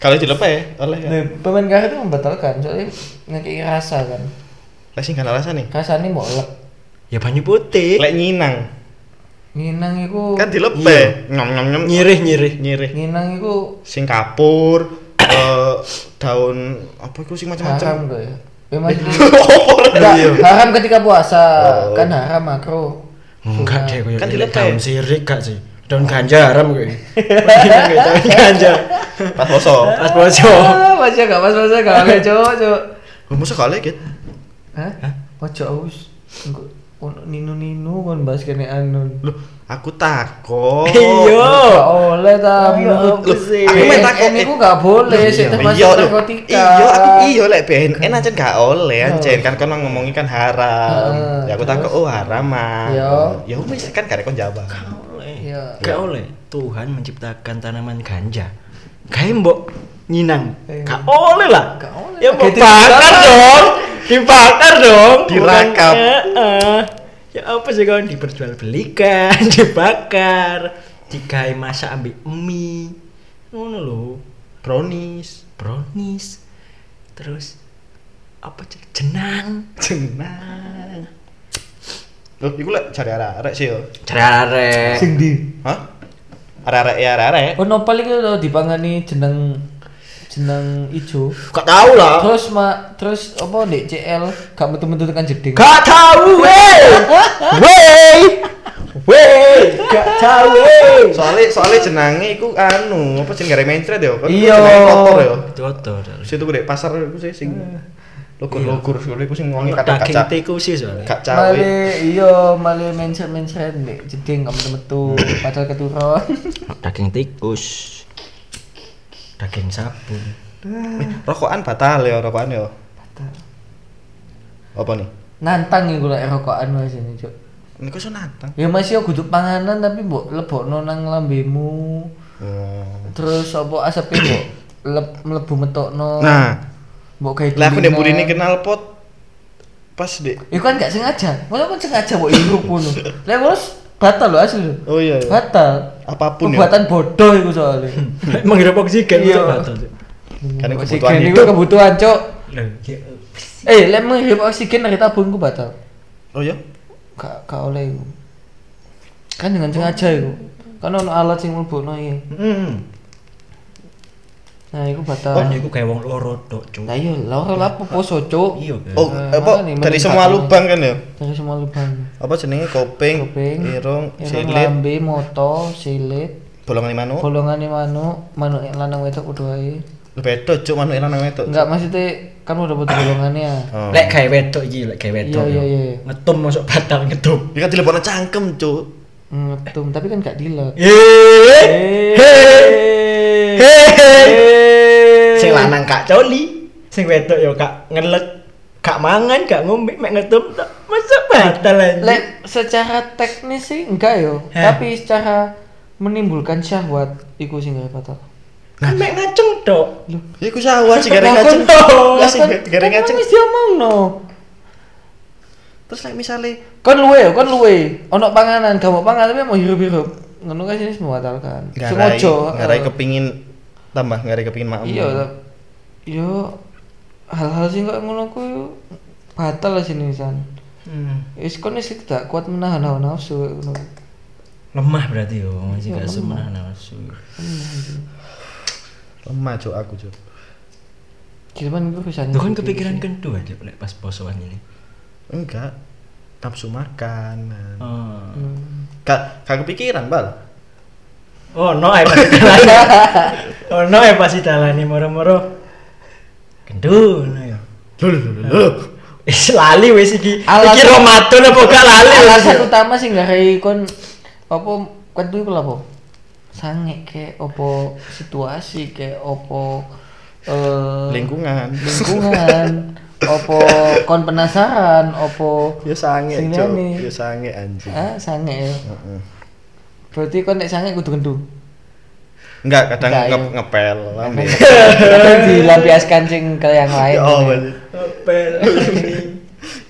[SPEAKER 2] kalau dilepe oleh
[SPEAKER 1] Nah, pemain karet itu membatalkan soalnya ngekei rasa kan.
[SPEAKER 2] lah sih kan alasan nih
[SPEAKER 1] Rasane bolek.
[SPEAKER 4] Ya banyu putih.
[SPEAKER 2] lek nyinang
[SPEAKER 1] Nginang iku
[SPEAKER 2] kan dilepe nyom nyom nyom
[SPEAKER 3] Nyirih nyirih.
[SPEAKER 2] nyirih
[SPEAKER 1] Nginang iku
[SPEAKER 2] sing kapur eh, daun apa itu sing
[SPEAKER 1] haram
[SPEAKER 2] macam-macam Iya.
[SPEAKER 1] gak ya? Memang
[SPEAKER 2] Apa
[SPEAKER 1] enggak, haram ketika puasa
[SPEAKER 2] Oh.
[SPEAKER 1] kan haram makro.
[SPEAKER 4] Enggak
[SPEAKER 1] Dạ.
[SPEAKER 4] deh, koyo
[SPEAKER 2] Kan
[SPEAKER 4] ini
[SPEAKER 2] dilepas.
[SPEAKER 4] daun sirik gak sih? Daun ganja haram kowe.
[SPEAKER 3] Jangan ganja.
[SPEAKER 2] pas poso
[SPEAKER 3] Pas poso.
[SPEAKER 1] Ah, Masih gak mas masa gak ada cowok cowok.
[SPEAKER 2] lu masa kali gitu
[SPEAKER 1] Hah? Ojo aus. Engko ono nino-nino kon bahas kene anun.
[SPEAKER 2] lu aku takut
[SPEAKER 3] Iya.
[SPEAKER 1] Gak oleh ta
[SPEAKER 3] Ayo,
[SPEAKER 1] menurutku
[SPEAKER 3] apa
[SPEAKER 1] sih.
[SPEAKER 3] sih?
[SPEAKER 2] Aku main takut,
[SPEAKER 1] BNN
[SPEAKER 2] eh.
[SPEAKER 1] iku gak boleh sih
[SPEAKER 2] Iya,
[SPEAKER 1] termasuk
[SPEAKER 2] iya, loh.
[SPEAKER 1] narkotika.
[SPEAKER 2] Iya, aku iya lek BNN aja gak oleh anjen kan kan ngomongi kan haram.
[SPEAKER 1] Heeh,
[SPEAKER 2] ya aku
[SPEAKER 1] Ah, terus?
[SPEAKER 2] takut oh haram mah.
[SPEAKER 1] Iya.
[SPEAKER 2] Ya wis kan gak kon jawab.
[SPEAKER 1] Iya.
[SPEAKER 4] Gak oleh. Tuhan menciptakan tanaman ganja. Kayak mbok nyinang.
[SPEAKER 1] Eh.
[SPEAKER 4] Gak
[SPEAKER 3] Gak oleh lah.
[SPEAKER 1] Gak oleh.
[SPEAKER 3] Ya mau
[SPEAKER 1] Kayak
[SPEAKER 3] bakar
[SPEAKER 1] dibakar.
[SPEAKER 3] dong. Dibakar dong.
[SPEAKER 2] Dirakap.
[SPEAKER 3] Bukan, eh, eh. Ya apa sih kawan diperjualbelikan, dibakar.
[SPEAKER 4] Dikai masak ambil mie. Ngono lho.
[SPEAKER 2] Brownies,
[SPEAKER 4] Brownies. Terus apa sih? jenang
[SPEAKER 2] jenang. Loh, iku lek cari arek-arek sih yo.
[SPEAKER 4] cerare
[SPEAKER 1] Sing di.
[SPEAKER 2] Hah? Arek-arek ya arek-arek.
[SPEAKER 1] Ono paling itu tau dipangani jeneng jeneng ijo.
[SPEAKER 3] Gak tahu lah.
[SPEAKER 1] Terus ma terus apa ndek CL gak metu-metu tekan jeding.
[SPEAKER 3] Gak tahu wey. Wey. Wey.
[SPEAKER 2] eh,
[SPEAKER 3] Gak tahu wey.
[SPEAKER 2] Soale soale jenange iku anu, apa jeneng gare mencret yo. Kan
[SPEAKER 1] Iya.
[SPEAKER 2] jenenge kotor yo.
[SPEAKER 4] kotor
[SPEAKER 2] Situ gue dek pasar iku sih sing
[SPEAKER 1] Ah.
[SPEAKER 2] logur-logur soalnya iku sing ngomongi kadang
[SPEAKER 4] daging
[SPEAKER 2] kaca.
[SPEAKER 4] tikus sih soalnya
[SPEAKER 2] Gak cawe.
[SPEAKER 1] Male iya male mindset-mindset ndek jeding gak metu-metu padahal keturun.
[SPEAKER 4] daging tikus daging sabun
[SPEAKER 2] Eh, rokokan batal ya rokokan ya apa nih
[SPEAKER 1] Nantang iku lek rokokan wis ini, Cuk.
[SPEAKER 2] ini kok iso nantang
[SPEAKER 1] Ya masih yo kudu panganan tapi mbok lebokno nang lambemu.
[SPEAKER 2] Hmm.
[SPEAKER 1] Terus apa asepe mbok leb mlebu metokno.
[SPEAKER 2] nah
[SPEAKER 3] Mbok kayak
[SPEAKER 2] Lah aku ndek burine kenal pot pas dek.
[SPEAKER 3] Iku kan gak sengaja. Masa kan sengaja mbok hirup ngono. Lah terus batal lho asli lho.
[SPEAKER 2] Oh iya. iya.
[SPEAKER 3] Batal.
[SPEAKER 2] Apapun ya. Hmm.
[SPEAKER 3] Perbuatan bodoh iku soalnya.
[SPEAKER 4] menghirup oksigen itu
[SPEAKER 3] Iya.
[SPEAKER 4] batal Cuk.
[SPEAKER 2] Karena
[SPEAKER 3] Oksigen
[SPEAKER 2] kebutuhan Kan
[SPEAKER 3] iku
[SPEAKER 2] hidup.
[SPEAKER 3] kebutuhan, Cuk.
[SPEAKER 4] Lah, iya.
[SPEAKER 3] Eh, lek menghirup oksigen dari tabung ku batal.
[SPEAKER 2] Oh iya.
[SPEAKER 3] Gak gak oleh iku. Kan dengan sengaja iku. Kan ono alat sing mlebokno iki.
[SPEAKER 2] Hmm.
[SPEAKER 3] Nah, iku
[SPEAKER 2] Oh, iya.
[SPEAKER 4] kan
[SPEAKER 3] batal.
[SPEAKER 4] iku kayak wong loro tok cuk
[SPEAKER 3] Nah iya, loro lapo poso, Cuk.
[SPEAKER 4] iya kan
[SPEAKER 2] Oh,
[SPEAKER 3] Eh,
[SPEAKER 2] apa
[SPEAKER 3] makanya
[SPEAKER 2] dari
[SPEAKER 3] mending
[SPEAKER 2] semua
[SPEAKER 3] satu.
[SPEAKER 2] lubang kan ya?
[SPEAKER 3] Dari semua lubang.
[SPEAKER 2] Apa jenenge koping,
[SPEAKER 3] Kuping,
[SPEAKER 2] irung,
[SPEAKER 3] irung
[SPEAKER 2] silit,
[SPEAKER 3] lambe, moto, silit,
[SPEAKER 2] bolongan manuk.
[SPEAKER 3] golongan manuk, manuk yang lanang wedok kudu ae.
[SPEAKER 2] Beda cuk manuk lanang itu.
[SPEAKER 3] Enggak maksudnya kan udah butuh golongannya.
[SPEAKER 2] Oh.
[SPEAKER 4] lek gawe wedok iki lek gawe wedok
[SPEAKER 3] Iya, iya,
[SPEAKER 4] yo.
[SPEAKER 3] iya.
[SPEAKER 4] ngetum masuk batal ngetum
[SPEAKER 2] Ini kan dilepon cangkem cuk.
[SPEAKER 3] Ngetum, tapi kan gak dilek.
[SPEAKER 4] eh sing lanang kak coli sing wedok ya yo kak ngelek kak mangan kak ngombe mek ngetum tok masuk batal anjing
[SPEAKER 3] Lek secara teknis sih enggak yo,
[SPEAKER 4] Heh.
[SPEAKER 3] tapi secara menimbulkan syahwat iku sing gak batal.
[SPEAKER 4] kan mek ngaceng tok
[SPEAKER 2] Ya ku sawah sih gareng
[SPEAKER 3] Lah,
[SPEAKER 2] ngaceng. Lah
[SPEAKER 3] kon- lah,
[SPEAKER 2] sih
[SPEAKER 3] kon-
[SPEAKER 2] gareng
[SPEAKER 3] kan
[SPEAKER 2] ngaceng.
[SPEAKER 3] Wis diomongno.
[SPEAKER 2] Terus lek misale
[SPEAKER 3] Kon luwe yo, kon luwe. Ono panganan, gak mau pangan tapi mau hirup-hirup. Ngono kan sini semua batalkan.
[SPEAKER 2] ngarai
[SPEAKER 3] Sengojo,
[SPEAKER 2] ngarai
[SPEAKER 3] eh,
[SPEAKER 2] kepingin tambah ngarai kepingin makmur.
[SPEAKER 3] Iya, tap- yo hal-hal sing kok ngono ku yo batal lah sini san.
[SPEAKER 4] Hmm.
[SPEAKER 3] Wis kon wis gak kuat menahan hawa nafsu kayak ngono.
[SPEAKER 4] lemah berarti yo masih
[SPEAKER 3] Iya,
[SPEAKER 4] gak
[SPEAKER 3] lemah.
[SPEAKER 4] semenah nafsu
[SPEAKER 2] Lemah cuk aku cuk.
[SPEAKER 3] Cuman gue bisa
[SPEAKER 4] Tuh kan kepikiran kentu aja lek pas posoan ini
[SPEAKER 2] Enggak. Nafsu makan.
[SPEAKER 4] oh
[SPEAKER 2] Kak, kak kepikiran, Bal.
[SPEAKER 4] Oh no, eh pasti talani. oh no, eh pasti talani moro-moro. Kendu, no ya.
[SPEAKER 2] Lho lho lho, lho.
[SPEAKER 4] Is lali wes iki.
[SPEAKER 3] Alasan-
[SPEAKER 4] Iki Ramadan apa gak lali ya? wes.
[SPEAKER 3] Alasan utama sih gak kayak kon apa kon tuh iku lho apa? Sange kayak opo situasi kayak opo eh
[SPEAKER 2] Lingkungan.
[SPEAKER 3] lingkungan opo kon penasaran opo
[SPEAKER 2] Ya sange,
[SPEAKER 3] Sing
[SPEAKER 2] Cuk.
[SPEAKER 3] liyane.
[SPEAKER 2] Ya sange anjing.
[SPEAKER 3] ah sange ya.
[SPEAKER 2] Heeh.
[SPEAKER 3] Berarti kon nek sange kudu kendu.
[SPEAKER 2] Enggak, kadang
[SPEAKER 3] Enggak,
[SPEAKER 2] nge
[SPEAKER 3] iya.
[SPEAKER 2] ngepel lambe.
[SPEAKER 3] Kadang dilampiaskan sing ke yang lain.
[SPEAKER 2] Ya Allah. sih.
[SPEAKER 4] Ngepel.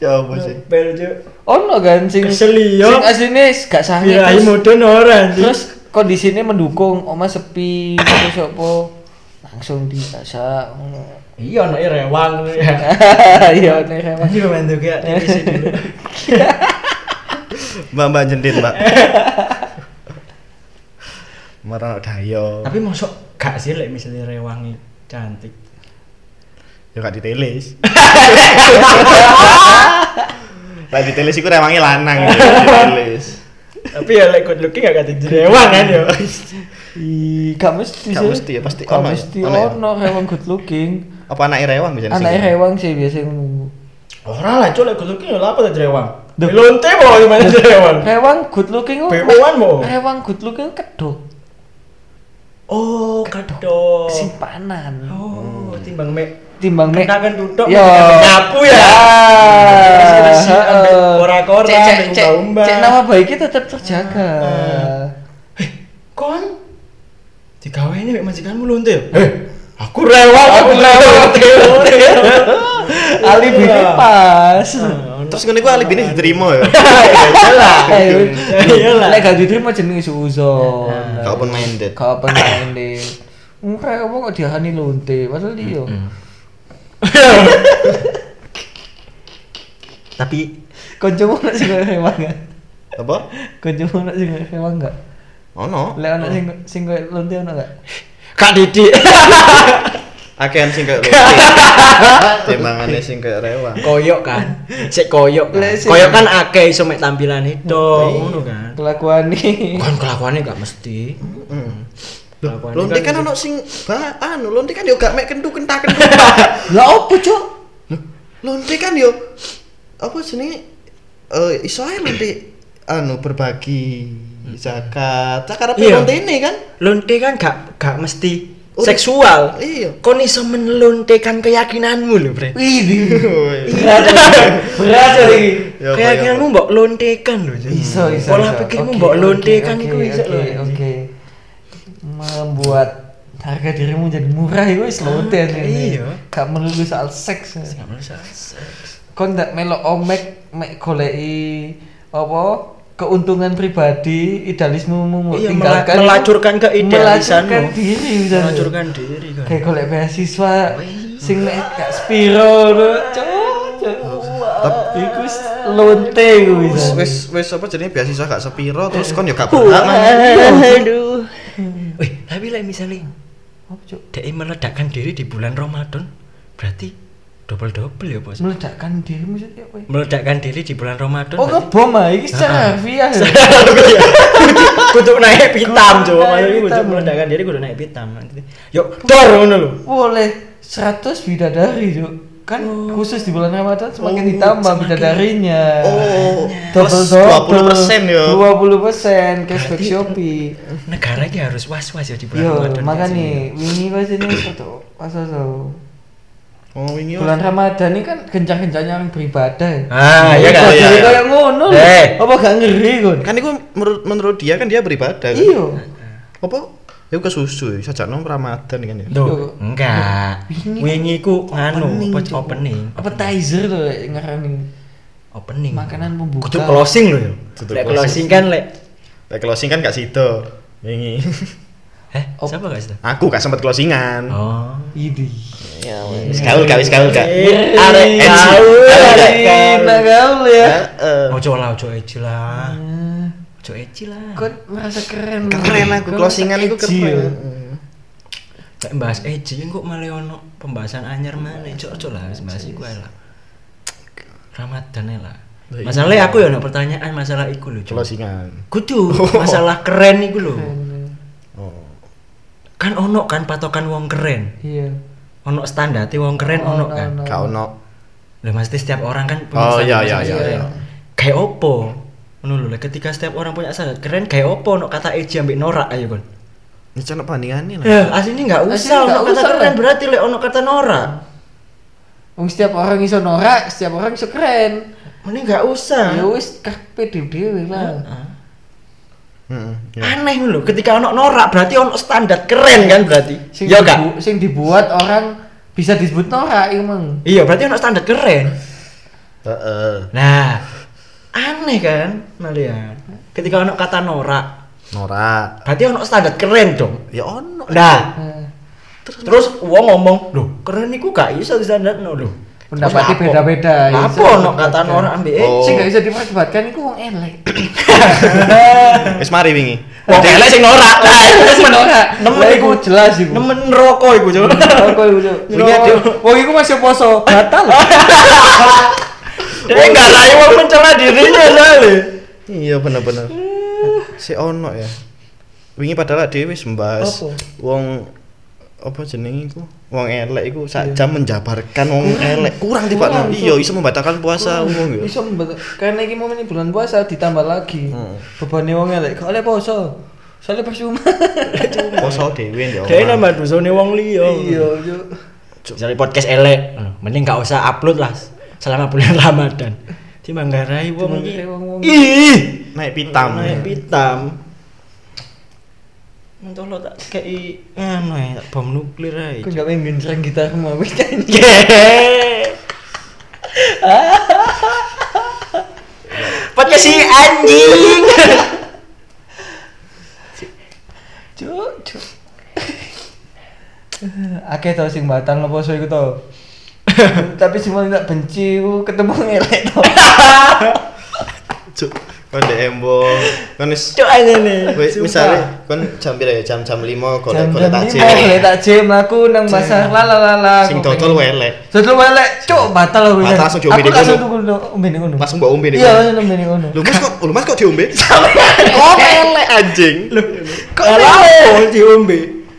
[SPEAKER 2] Ya Allah sih.
[SPEAKER 4] Ngepel jo.
[SPEAKER 3] Ono kan sing
[SPEAKER 4] Kesel, yo.
[SPEAKER 3] sing asline gak
[SPEAKER 4] Birahi
[SPEAKER 3] sange. terus-
[SPEAKER 4] Iya, mudun ora anjing.
[SPEAKER 3] Terus kondisinya mendukung, oma sepi, terus apa langsung biasa.
[SPEAKER 4] Iya no rewang no ya.
[SPEAKER 3] Iya, nek emang.
[SPEAKER 4] Ini bantu gak divisi dulu.
[SPEAKER 2] Mbak Mbak jendit, Mbak. Marah dayo.
[SPEAKER 4] Tapi mosok gak sih lek misalnya rewangi cantik.
[SPEAKER 2] Ya gak ditelis. Lah ditelis iku rewangi lanang ya, ditelis.
[SPEAKER 4] Tapi ya lek good looking gak katik rewang kan yo.
[SPEAKER 3] Ih, gak mesti
[SPEAKER 2] Gak
[SPEAKER 3] sih.
[SPEAKER 2] mesti ya, pasti
[SPEAKER 3] Gak
[SPEAKER 2] ono ya,
[SPEAKER 3] mesti
[SPEAKER 2] ono ya.
[SPEAKER 3] ono rewang good looking.
[SPEAKER 2] Apa anaknya rewang bisa
[SPEAKER 3] Anake rewang sih biasanya ngono.
[SPEAKER 4] Ora lah cuk lek good looking yo lah apa tadi rewang.
[SPEAKER 3] Duh.
[SPEAKER 4] Lonte mau gimana tadi rewang.
[SPEAKER 3] Rewang good looking. ku-
[SPEAKER 4] BO-an mau.
[SPEAKER 3] Rewang good looking kedok,
[SPEAKER 4] Oh, kedok.
[SPEAKER 3] simpanan.
[SPEAKER 4] Oh, timbang mek.
[SPEAKER 3] Timbang mek.
[SPEAKER 4] Kentangan duduk,
[SPEAKER 3] Yo.
[SPEAKER 4] nyapu ya. Bersih-bersih,
[SPEAKER 3] heeh.
[SPEAKER 4] ambil kora-kora,
[SPEAKER 3] Cek- cek-
[SPEAKER 4] ambil
[SPEAKER 3] cek-
[SPEAKER 4] umbar-umbar.
[SPEAKER 3] Cek nama baiknya tetap terjaga.
[SPEAKER 4] Ah. Kon digawe ini mek majikanmu lonte. Eh, aku rewel, aku rewel. Iya.
[SPEAKER 3] Alibi
[SPEAKER 4] Ah,
[SPEAKER 3] pas.
[SPEAKER 2] Terus ngene ku alibine diterima ya.
[SPEAKER 3] Ayo,
[SPEAKER 4] Iyalah. Iya.
[SPEAKER 3] lek Eh, gak diterima jenenge suuzon.
[SPEAKER 2] Gak open minded.
[SPEAKER 3] Gak open minded. Ora apa kok diahani lonte, padahal iya. dia.
[SPEAKER 4] Tapi
[SPEAKER 3] Kancamu nek sing koyo emang enggak?
[SPEAKER 2] Apa?
[SPEAKER 3] Kancamu nek sing koyo emang enggak?
[SPEAKER 2] Ono.
[SPEAKER 3] Lek ana sing sing koyo lonte ono enggak?
[SPEAKER 4] Kak Didi,
[SPEAKER 2] Akean sing kayak Timbangane sing kayak rewang.
[SPEAKER 4] koyok kan, sik koyok, kan.
[SPEAKER 3] Lah, sik-
[SPEAKER 4] koyok kan akeh iso mek tampilan itu, ngono kan.
[SPEAKER 3] Kelakuan nih.
[SPEAKER 4] Kon kelakuannya gak mesti.
[SPEAKER 3] Hmm.
[SPEAKER 4] Kelakuannya
[SPEAKER 2] Lonte kan ono sing ba anu lonte kan yo gak mek kentu kentah kentu.
[SPEAKER 3] Lah opo, Cuk?
[SPEAKER 2] lonte kan yo apa jenenge eh iso ae lonte anu berbagi zakat. Tak karepe
[SPEAKER 4] Iya.
[SPEAKER 2] lonte ini kan.
[SPEAKER 4] lonte kan gak gak mesti
[SPEAKER 2] Ur-
[SPEAKER 4] seksual
[SPEAKER 2] Iya.
[SPEAKER 4] kon iso menlontekan keyakinanmu lho bre
[SPEAKER 3] Wih,
[SPEAKER 2] Iya.
[SPEAKER 3] berat lagi.
[SPEAKER 2] Ya, apa,
[SPEAKER 4] keyakinanmu
[SPEAKER 2] ya, apa.
[SPEAKER 4] mbok lontekan lho Jen.
[SPEAKER 3] Iso,
[SPEAKER 4] Hmm.
[SPEAKER 3] iso.
[SPEAKER 4] pola
[SPEAKER 3] iso.
[SPEAKER 4] pikirmu kan
[SPEAKER 3] Oke,
[SPEAKER 4] mbok
[SPEAKER 3] oke,
[SPEAKER 4] lontekan
[SPEAKER 3] oke,
[SPEAKER 4] iku iso
[SPEAKER 3] oke,
[SPEAKER 4] lho
[SPEAKER 3] Oke. Membuat harga dirimu jadi murah ya wis loten ini.
[SPEAKER 4] iya.
[SPEAKER 3] Gak melulu soal seks.
[SPEAKER 4] Nggak perlu
[SPEAKER 3] Kon ndak melok omek mek goleki apa keuntungan pribadi idealismemu
[SPEAKER 1] Iya,
[SPEAKER 3] tinggalkan
[SPEAKER 1] mela- melacurkan ke idealisanmu.
[SPEAKER 3] melacurkan diri misalnya.
[SPEAKER 1] Melacurkan diri kan.
[SPEAKER 3] kayak golek beasiswa sing mek gak spiro cok tapi ku wis lonte ku
[SPEAKER 2] Wis
[SPEAKER 3] bisa
[SPEAKER 2] wis wis apa jenenge beasiswa gak sepiro terus kon ya gak berhak nang-
[SPEAKER 1] Aduh.
[SPEAKER 4] Wih, tapi lah misalnya
[SPEAKER 3] Apa, Cuk?
[SPEAKER 4] dia meledakkan diri di bulan Ramadan, berarti double double ya
[SPEAKER 3] Hmm.
[SPEAKER 4] bos.
[SPEAKER 3] meledakkan dirimu maksudnya apa ya?
[SPEAKER 4] Meledakkan diri di bulan Ramadan.
[SPEAKER 3] oh
[SPEAKER 4] berarti-
[SPEAKER 3] ngebom ah iki secara harfiah ya.
[SPEAKER 1] Kudu naik pitam
[SPEAKER 3] Kudu
[SPEAKER 1] coba.
[SPEAKER 3] naik
[SPEAKER 1] Maksudnya kudu
[SPEAKER 3] pitam.
[SPEAKER 1] meledakkan diri kudu naik pitam. Nanti- Yuk, dor ngono lho.
[SPEAKER 3] boleh 100 bidadari Cuk. kan khusus di bulan Ramadan semakin ditambah bidadarinya
[SPEAKER 2] Oh,
[SPEAKER 3] double
[SPEAKER 2] plus
[SPEAKER 3] double
[SPEAKER 2] 20% ya.
[SPEAKER 3] 20% cashback Shopee
[SPEAKER 4] Negara ini harus was was ya di bulan
[SPEAKER 3] Yo,
[SPEAKER 4] Ramadan.
[SPEAKER 3] makanya wingi kok sini satu pas satu
[SPEAKER 2] Oh, wingi
[SPEAKER 3] Iya, bulan Ramadan ini kan kencang-kencangnya orang beribadah. ya.
[SPEAKER 4] Ah,
[SPEAKER 2] iya kan?
[SPEAKER 3] Kok
[SPEAKER 2] Iya,
[SPEAKER 3] jadi
[SPEAKER 2] iya.
[SPEAKER 3] kayak ngono. lho?
[SPEAKER 4] Eh.
[SPEAKER 3] Apa gak ngeri kon?
[SPEAKER 2] kan itu menurut menurut dia kan dia beribadah kan?
[SPEAKER 3] Iya.
[SPEAKER 2] apa ya ke susu sajak nom ramadan kan ya
[SPEAKER 4] Duh, enggak. Wingi ku nganu apa opening.
[SPEAKER 3] Appetizer lho lek ngarani.
[SPEAKER 4] Opening.
[SPEAKER 3] Makanan pembuka.
[SPEAKER 1] Kudu closing lho ya.
[SPEAKER 2] Kudu
[SPEAKER 1] Lek
[SPEAKER 2] closing.
[SPEAKER 1] closing kan lek
[SPEAKER 2] lek closing kan gak sido wingi
[SPEAKER 4] Eh, siapa guys? itu?
[SPEAKER 2] aku gak sempat closingan
[SPEAKER 4] Oh.
[SPEAKER 3] Idi.
[SPEAKER 2] wis gaul gak wis gaul gak
[SPEAKER 1] arek gaul, arek gaul.
[SPEAKER 3] Nah, gaul ya.
[SPEAKER 2] Heeh.
[SPEAKER 4] Ojo lah, ojo eji lah. Ojo eji lah.
[SPEAKER 3] Kon merasa keren.
[SPEAKER 2] keren aku
[SPEAKER 3] Kon
[SPEAKER 2] closingan
[SPEAKER 3] merasa
[SPEAKER 2] itu
[SPEAKER 3] edgy,
[SPEAKER 2] keren
[SPEAKER 3] ya.
[SPEAKER 4] Lek bahas eji kok malah ono pembahasan anyar mana? Ojo ojo lah wis bahas iku ae lah. Ramadan ae lah.
[SPEAKER 2] Lah, iya.
[SPEAKER 4] Masalahnya aku ya ono pertanyaan masalah iku lho, Cuk.
[SPEAKER 2] closingan
[SPEAKER 4] Kudu masalah keren iku lho.
[SPEAKER 2] oh
[SPEAKER 4] Kan ono kan patokan wong keren.
[SPEAKER 3] Iya.
[SPEAKER 4] Ono standarte wong keren ono kan.
[SPEAKER 3] Ono.
[SPEAKER 2] gak ono
[SPEAKER 4] Lah maksudnya setiap orang kan
[SPEAKER 2] Oh, iya, iya,
[SPEAKER 4] standar
[SPEAKER 2] iya,
[SPEAKER 4] keren.
[SPEAKER 2] iya.
[SPEAKER 4] Kayak opo? Ngono lho, lah, ketika setiap orang punya standar keren kayak opo nok kata eji ambek norak ayo kon.
[SPEAKER 2] ini cana bandingannya lah
[SPEAKER 1] Eh.
[SPEAKER 4] Ya, aslinya enggak
[SPEAKER 3] Aslinya
[SPEAKER 4] usah ono
[SPEAKER 3] nggak
[SPEAKER 4] kata
[SPEAKER 3] usah,
[SPEAKER 4] keren
[SPEAKER 3] kan?
[SPEAKER 4] berarti lek ono kata norak.
[SPEAKER 3] Wong setiap orang iso norak, setiap orang iso keren.
[SPEAKER 4] Mending enggak usah. Ah.
[SPEAKER 3] Ya wis kape dhewe lah.
[SPEAKER 2] Heeh, ya.
[SPEAKER 4] Aneh lho, ketika ono norak berarti ono standar keren kan berarti. Iya enggak?
[SPEAKER 3] dibu- sing dibuat orang bisa disebut norak emang.
[SPEAKER 4] Iya, berarti ono standar keren.
[SPEAKER 2] Heeh.
[SPEAKER 4] Nah, aneh kan? Nah, lihat. Ketika ono kata norak,
[SPEAKER 2] norak
[SPEAKER 4] berarti ono standar keren dong.
[SPEAKER 2] ya ono
[SPEAKER 4] Nah,
[SPEAKER 3] Nah.
[SPEAKER 4] Terus, terus uang ngomong, loh keren niku gak iso disandakno lho.
[SPEAKER 3] Pendapatnya beda-beda, ya,
[SPEAKER 4] Apa
[SPEAKER 3] iso
[SPEAKER 4] ono kata
[SPEAKER 3] disandakno.
[SPEAKER 4] orang ambek
[SPEAKER 2] Oh.
[SPEAKER 3] Sing gak bisa diperdebatkan iku wong elek.
[SPEAKER 2] wis mari wingi
[SPEAKER 4] Wong elek sing norak. Lah, terus
[SPEAKER 3] norak.
[SPEAKER 4] Nemen
[SPEAKER 3] Lah,
[SPEAKER 4] iku
[SPEAKER 3] iku jelas iku.
[SPEAKER 4] Nemen rokok iku, Cuk.
[SPEAKER 3] Aku iku.
[SPEAKER 4] Wingi ada-
[SPEAKER 3] Wong iku masih poso, batal.
[SPEAKER 4] Dia enggak layak wong mencela dirinya soalnya.
[SPEAKER 2] iya bener-bener si ono ya wingi padahal dhewe wis mbahas
[SPEAKER 3] Apa?
[SPEAKER 2] wong apa jenenge iku wong elek iku sak jam menjabarkan wong elek kurang tiba
[SPEAKER 3] Kurang,
[SPEAKER 2] iya iso membatalkan puasa wong ya
[SPEAKER 3] Iso membantu- karena iki momen bulan puasa ditambah lagi.
[SPEAKER 2] Hmm.
[SPEAKER 3] Bebane wong elek gak oleh poso. Soalnya percuma.
[SPEAKER 2] poso dhewe ya
[SPEAKER 1] Dia nambah dosane wong liya.
[SPEAKER 3] Iya, yo.
[SPEAKER 4] Misalnya podcast elek, ngono. mending gak usah upload lah selama bulan Ramadan. Di manggarai wong
[SPEAKER 3] Dimanggarai wong-wong.
[SPEAKER 4] iki. Ih,
[SPEAKER 2] naik pitam
[SPEAKER 1] Naik pitam.
[SPEAKER 4] Untuk lo tak kei ngono ya, tak bom nuklir ae.
[SPEAKER 3] Aku gak main genjreng gitar mau wis janji.
[SPEAKER 4] Podcast si anjing.
[SPEAKER 3] Cuk, cuk. Akeh tau sing batal no poso iku tau. Tapi semua tidak benci ku ketemu ngelek tau.
[SPEAKER 2] cuk kon dek embong kon wis
[SPEAKER 4] Cuk aja nih.
[SPEAKER 2] wis
[SPEAKER 3] sumpah.
[SPEAKER 2] misale kon jam pira ya jam-jam 5 golek
[SPEAKER 3] Jam
[SPEAKER 2] golek
[SPEAKER 3] jam
[SPEAKER 2] takjil
[SPEAKER 3] lima eh, golek takjil mlaku nang pasar la la la la.
[SPEAKER 2] sing
[SPEAKER 3] aku
[SPEAKER 2] dodol
[SPEAKER 3] pengen.
[SPEAKER 2] elek
[SPEAKER 3] Dodol elek, cuk batal aku.
[SPEAKER 2] Batal
[SPEAKER 3] kan.
[SPEAKER 2] langsung diombe
[SPEAKER 3] Aku
[SPEAKER 2] di
[SPEAKER 3] langsung
[SPEAKER 2] kono.
[SPEAKER 3] tuku no- ombe di kono.
[SPEAKER 2] langsung mbok ombe nih
[SPEAKER 3] Iya, langsung ombe di kono.
[SPEAKER 2] lu mas kok lu mas kok diombe kok elek anjing
[SPEAKER 3] Kok elek?
[SPEAKER 1] diombe.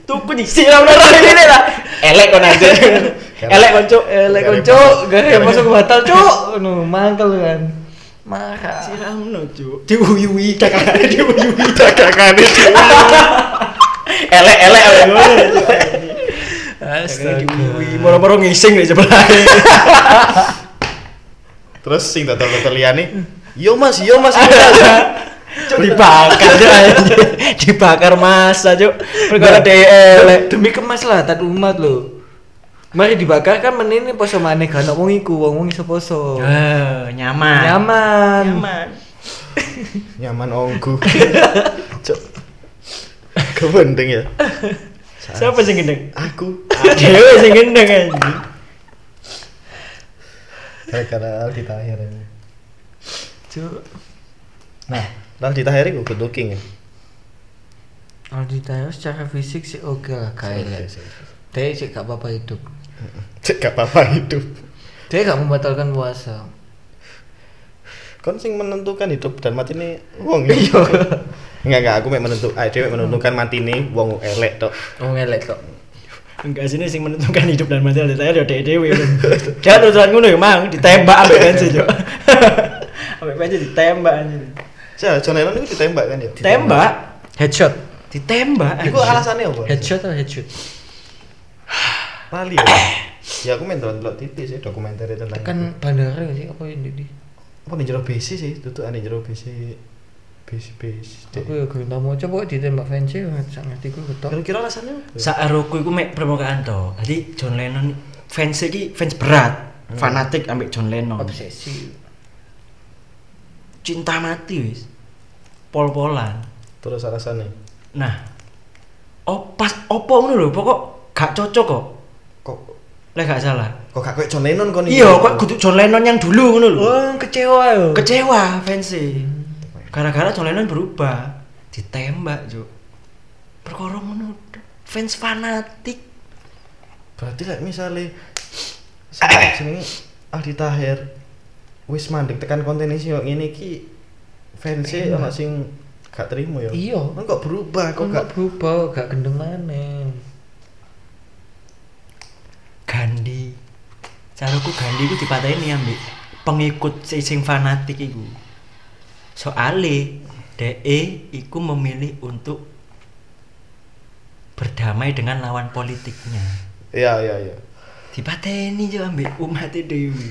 [SPEAKER 1] Tuku di siram nang ini lah.
[SPEAKER 2] elek kon anjing
[SPEAKER 1] Elek kon cuk.
[SPEAKER 3] Elek kon
[SPEAKER 2] Gara-gara-
[SPEAKER 3] cuk, gara masuk batal cuk. Ngono, mangkel kan. Marah.
[SPEAKER 1] Siramno cuk. Diuyui kakak diuyui.
[SPEAKER 2] dagangane cuk
[SPEAKER 1] Elek elek elek. Astaga. Moro-moro ngising nih sebelah.
[SPEAKER 2] Terus sing dodol dodol liyane, "Yo Mas, yo Mas." Yo, mas."
[SPEAKER 5] dibakar cuk anjir. dibakar masa cuk perkara
[SPEAKER 3] Dem-
[SPEAKER 5] DL
[SPEAKER 3] demi kemaslahatan umat lo mari dibakar kan menini poso maneh gak ana wong iku wong wong iso poso
[SPEAKER 5] Eh, nyaman
[SPEAKER 3] nyaman
[SPEAKER 5] nyaman
[SPEAKER 2] nyaman ongku cok gak penting ya
[SPEAKER 5] siapa sing gendeng
[SPEAKER 2] aku
[SPEAKER 5] dewe sing gendeng anjir
[SPEAKER 2] gara-gara Aldi Tahir ini
[SPEAKER 3] Cuk,
[SPEAKER 2] nah Aldi Tahir itu good looking ya
[SPEAKER 3] kalau ditanya secara fisik sih oke lah kayak dia sih gak apa-apa hidup
[SPEAKER 2] cek gak apa-apa hidup
[SPEAKER 3] dia gak membatalkan puasa
[SPEAKER 2] kon sing menentukan hidup dan mati ini wong iya enggak enggak aku mek menentukan ah dhewe mek menentukan mati ini wong elek tok
[SPEAKER 3] oh ngelek kok
[SPEAKER 5] enggak sini sing menentukan hidup dan mati oleh saya ya dhewe dhewe dia urusan ngono ya mang ditembak ambek pensi cuk ambek pensi ditembak anjir
[SPEAKER 2] Cah, John Lennon itu ditembak kan ya?
[SPEAKER 5] ditembak
[SPEAKER 3] headshot
[SPEAKER 5] ditembak
[SPEAKER 2] Itu
[SPEAKER 5] anjir.
[SPEAKER 2] alasannya apa?
[SPEAKER 3] headshot atau headshot
[SPEAKER 2] Lali ya? ya aku main nonton titik sih dokumenter tentang
[SPEAKER 3] kan bandara gak sih apa ini di
[SPEAKER 2] apa nih jero BC sih tutup ane jero BC BC BC
[SPEAKER 3] aku ya gak mau coba ditembak fancy gak ngerti gue ketok
[SPEAKER 2] kira-kira alasannya apa?
[SPEAKER 4] Saaroku iku mek permukaan to. Jadi John Lennon fans iki fans berat,
[SPEAKER 2] Hmm.
[SPEAKER 4] fanatik ambek John Lennon.
[SPEAKER 2] Oh,
[SPEAKER 3] obsesi
[SPEAKER 4] Cinta mati wis. Pol-polan.
[SPEAKER 2] terus alasannya
[SPEAKER 4] Nah. Opas opo ngono lho, pokok gak cocok kok.
[SPEAKER 2] kok
[SPEAKER 4] Lah gak salah.
[SPEAKER 2] kok gak kayak John Lennon kon
[SPEAKER 4] Iya, kok kudu John Lennon yang dulu ngono lho.
[SPEAKER 3] oh kecewa yo
[SPEAKER 4] Kecewa fans e. Gara-gara John Lennon berubah, ditembak, Juk. Perkara ngono. Fans fanatik.
[SPEAKER 2] berarti lah misalnya sini Aldi Tahir wis mandek tekan konten isi yang ini ki fansnya anak sing gak terima ya
[SPEAKER 3] Iya.
[SPEAKER 2] kan kok berubah kok
[SPEAKER 3] kok
[SPEAKER 2] gak
[SPEAKER 3] gak berubah gak gendeng maneh
[SPEAKER 4] Gandhi. Caraku Gandhi iku dipateni ambek pengikut si- sing fanatik iku. Soale DE iku memilih untuk berdamai dengan lawan politiknya.
[SPEAKER 2] iya iya iya
[SPEAKER 4] Dipateni yo ambek umat dewi.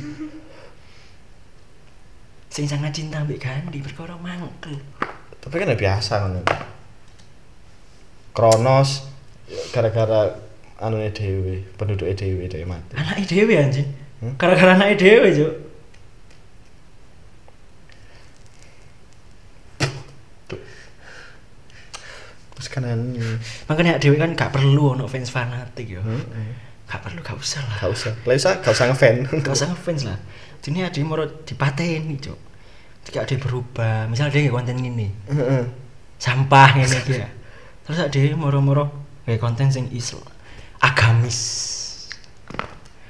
[SPEAKER 4] Sing sangat cinta ambek Gandhi perkara mangkel.
[SPEAKER 2] tapi kan ya biasa kan Kronos gara-gara anu dewe penduduk dewe dewe mati
[SPEAKER 4] Anake dhewe anjing.
[SPEAKER 2] Hmm?
[SPEAKER 4] Gara-gara anake dhewe, Cuk.
[SPEAKER 2] terus kan kanan
[SPEAKER 4] Makanya dhewe kan gak perlu ono fans fanatik yo.
[SPEAKER 2] Heeh.
[SPEAKER 4] Gak perlu, gak usah lah.
[SPEAKER 2] Hmm? eh, gak usah gak usah gak usah ngefan
[SPEAKER 4] gak usah ngefans lah ini ada yang mau dipateni cok jika ada yang berubah misal ada yang konten gini
[SPEAKER 2] Heeh.
[SPEAKER 4] sampah ini ya terus ada yang moro-moro kayak konten sing islam agamis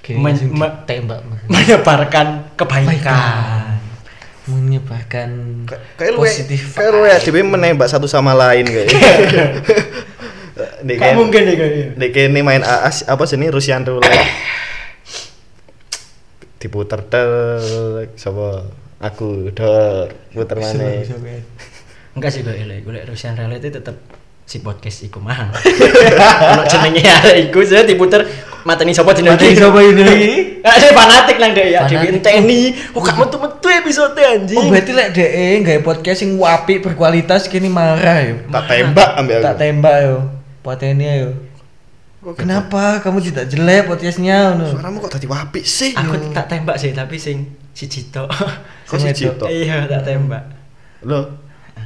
[SPEAKER 4] Men- me-
[SPEAKER 3] tembak
[SPEAKER 4] menyebarkan kebaikan
[SPEAKER 3] menyebarkan
[SPEAKER 2] Kay- kayak lu
[SPEAKER 3] positif
[SPEAKER 2] kayak lu ya dewe menembak satu sama lain kayak Nek
[SPEAKER 5] gak
[SPEAKER 2] kene-
[SPEAKER 5] mungkin ya kayaknya
[SPEAKER 2] nek kene main AAS apa sini Rusian roulette diputer ter sapa aku dor puter mana
[SPEAKER 3] Oh,
[SPEAKER 4] enggak sih gue elek gue Rusian Reality tetep si podcast iku mahal kalau jenenge arek iku saya diputer mateni sapa dina
[SPEAKER 3] Mateni
[SPEAKER 4] iki.
[SPEAKER 3] sapa dina iki?
[SPEAKER 4] Nah, saya fanatik lah deh ya
[SPEAKER 3] Fanatik.
[SPEAKER 4] dewe enteni oh gak metu-metu episode anjing
[SPEAKER 3] oh berarti lek DE nggak ya podcast yang wapi berkualitas kini marah yo
[SPEAKER 2] tak tembak ya, ambil aku
[SPEAKER 3] tak tembak ya. yo potennya yo kenapa kamu tidak jelek podcastnya no?
[SPEAKER 2] suaramu kok tadi wapi sih
[SPEAKER 4] aku
[SPEAKER 3] iya.
[SPEAKER 4] tak tembak sih tapi sing si Cito
[SPEAKER 2] kok sih cito
[SPEAKER 4] iya
[SPEAKER 3] Oh.
[SPEAKER 4] tak tembak
[SPEAKER 2] lo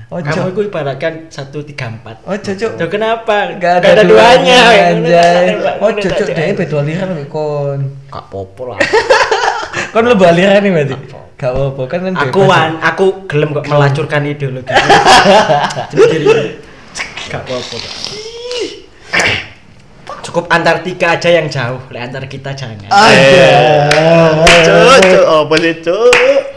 [SPEAKER 3] ojo
[SPEAKER 4] kamu itu ibaratkan satu tiga empat
[SPEAKER 3] ojo Oh, cok
[SPEAKER 4] Yo kenapa?
[SPEAKER 3] Gak
[SPEAKER 4] Gak
[SPEAKER 3] Oh, ada duanya
[SPEAKER 4] Tak
[SPEAKER 3] anjay
[SPEAKER 4] tembak,
[SPEAKER 3] Oh
[SPEAKER 4] tak
[SPEAKER 3] cocok
[SPEAKER 4] tembak.
[SPEAKER 3] deh beda aliran kok kon
[SPEAKER 4] Gak popo lah.
[SPEAKER 3] Kon lu aliran nih berarti Gak apa-apa kan kan
[SPEAKER 4] Aku
[SPEAKER 3] bebas.
[SPEAKER 4] wan, aku gelem kok melacurkan ideologi. Sendiri. Gak popo. Kak. Cukup Antartika aja yang jauh, lek antar kita jangan.
[SPEAKER 2] ada cocok apa sih cocok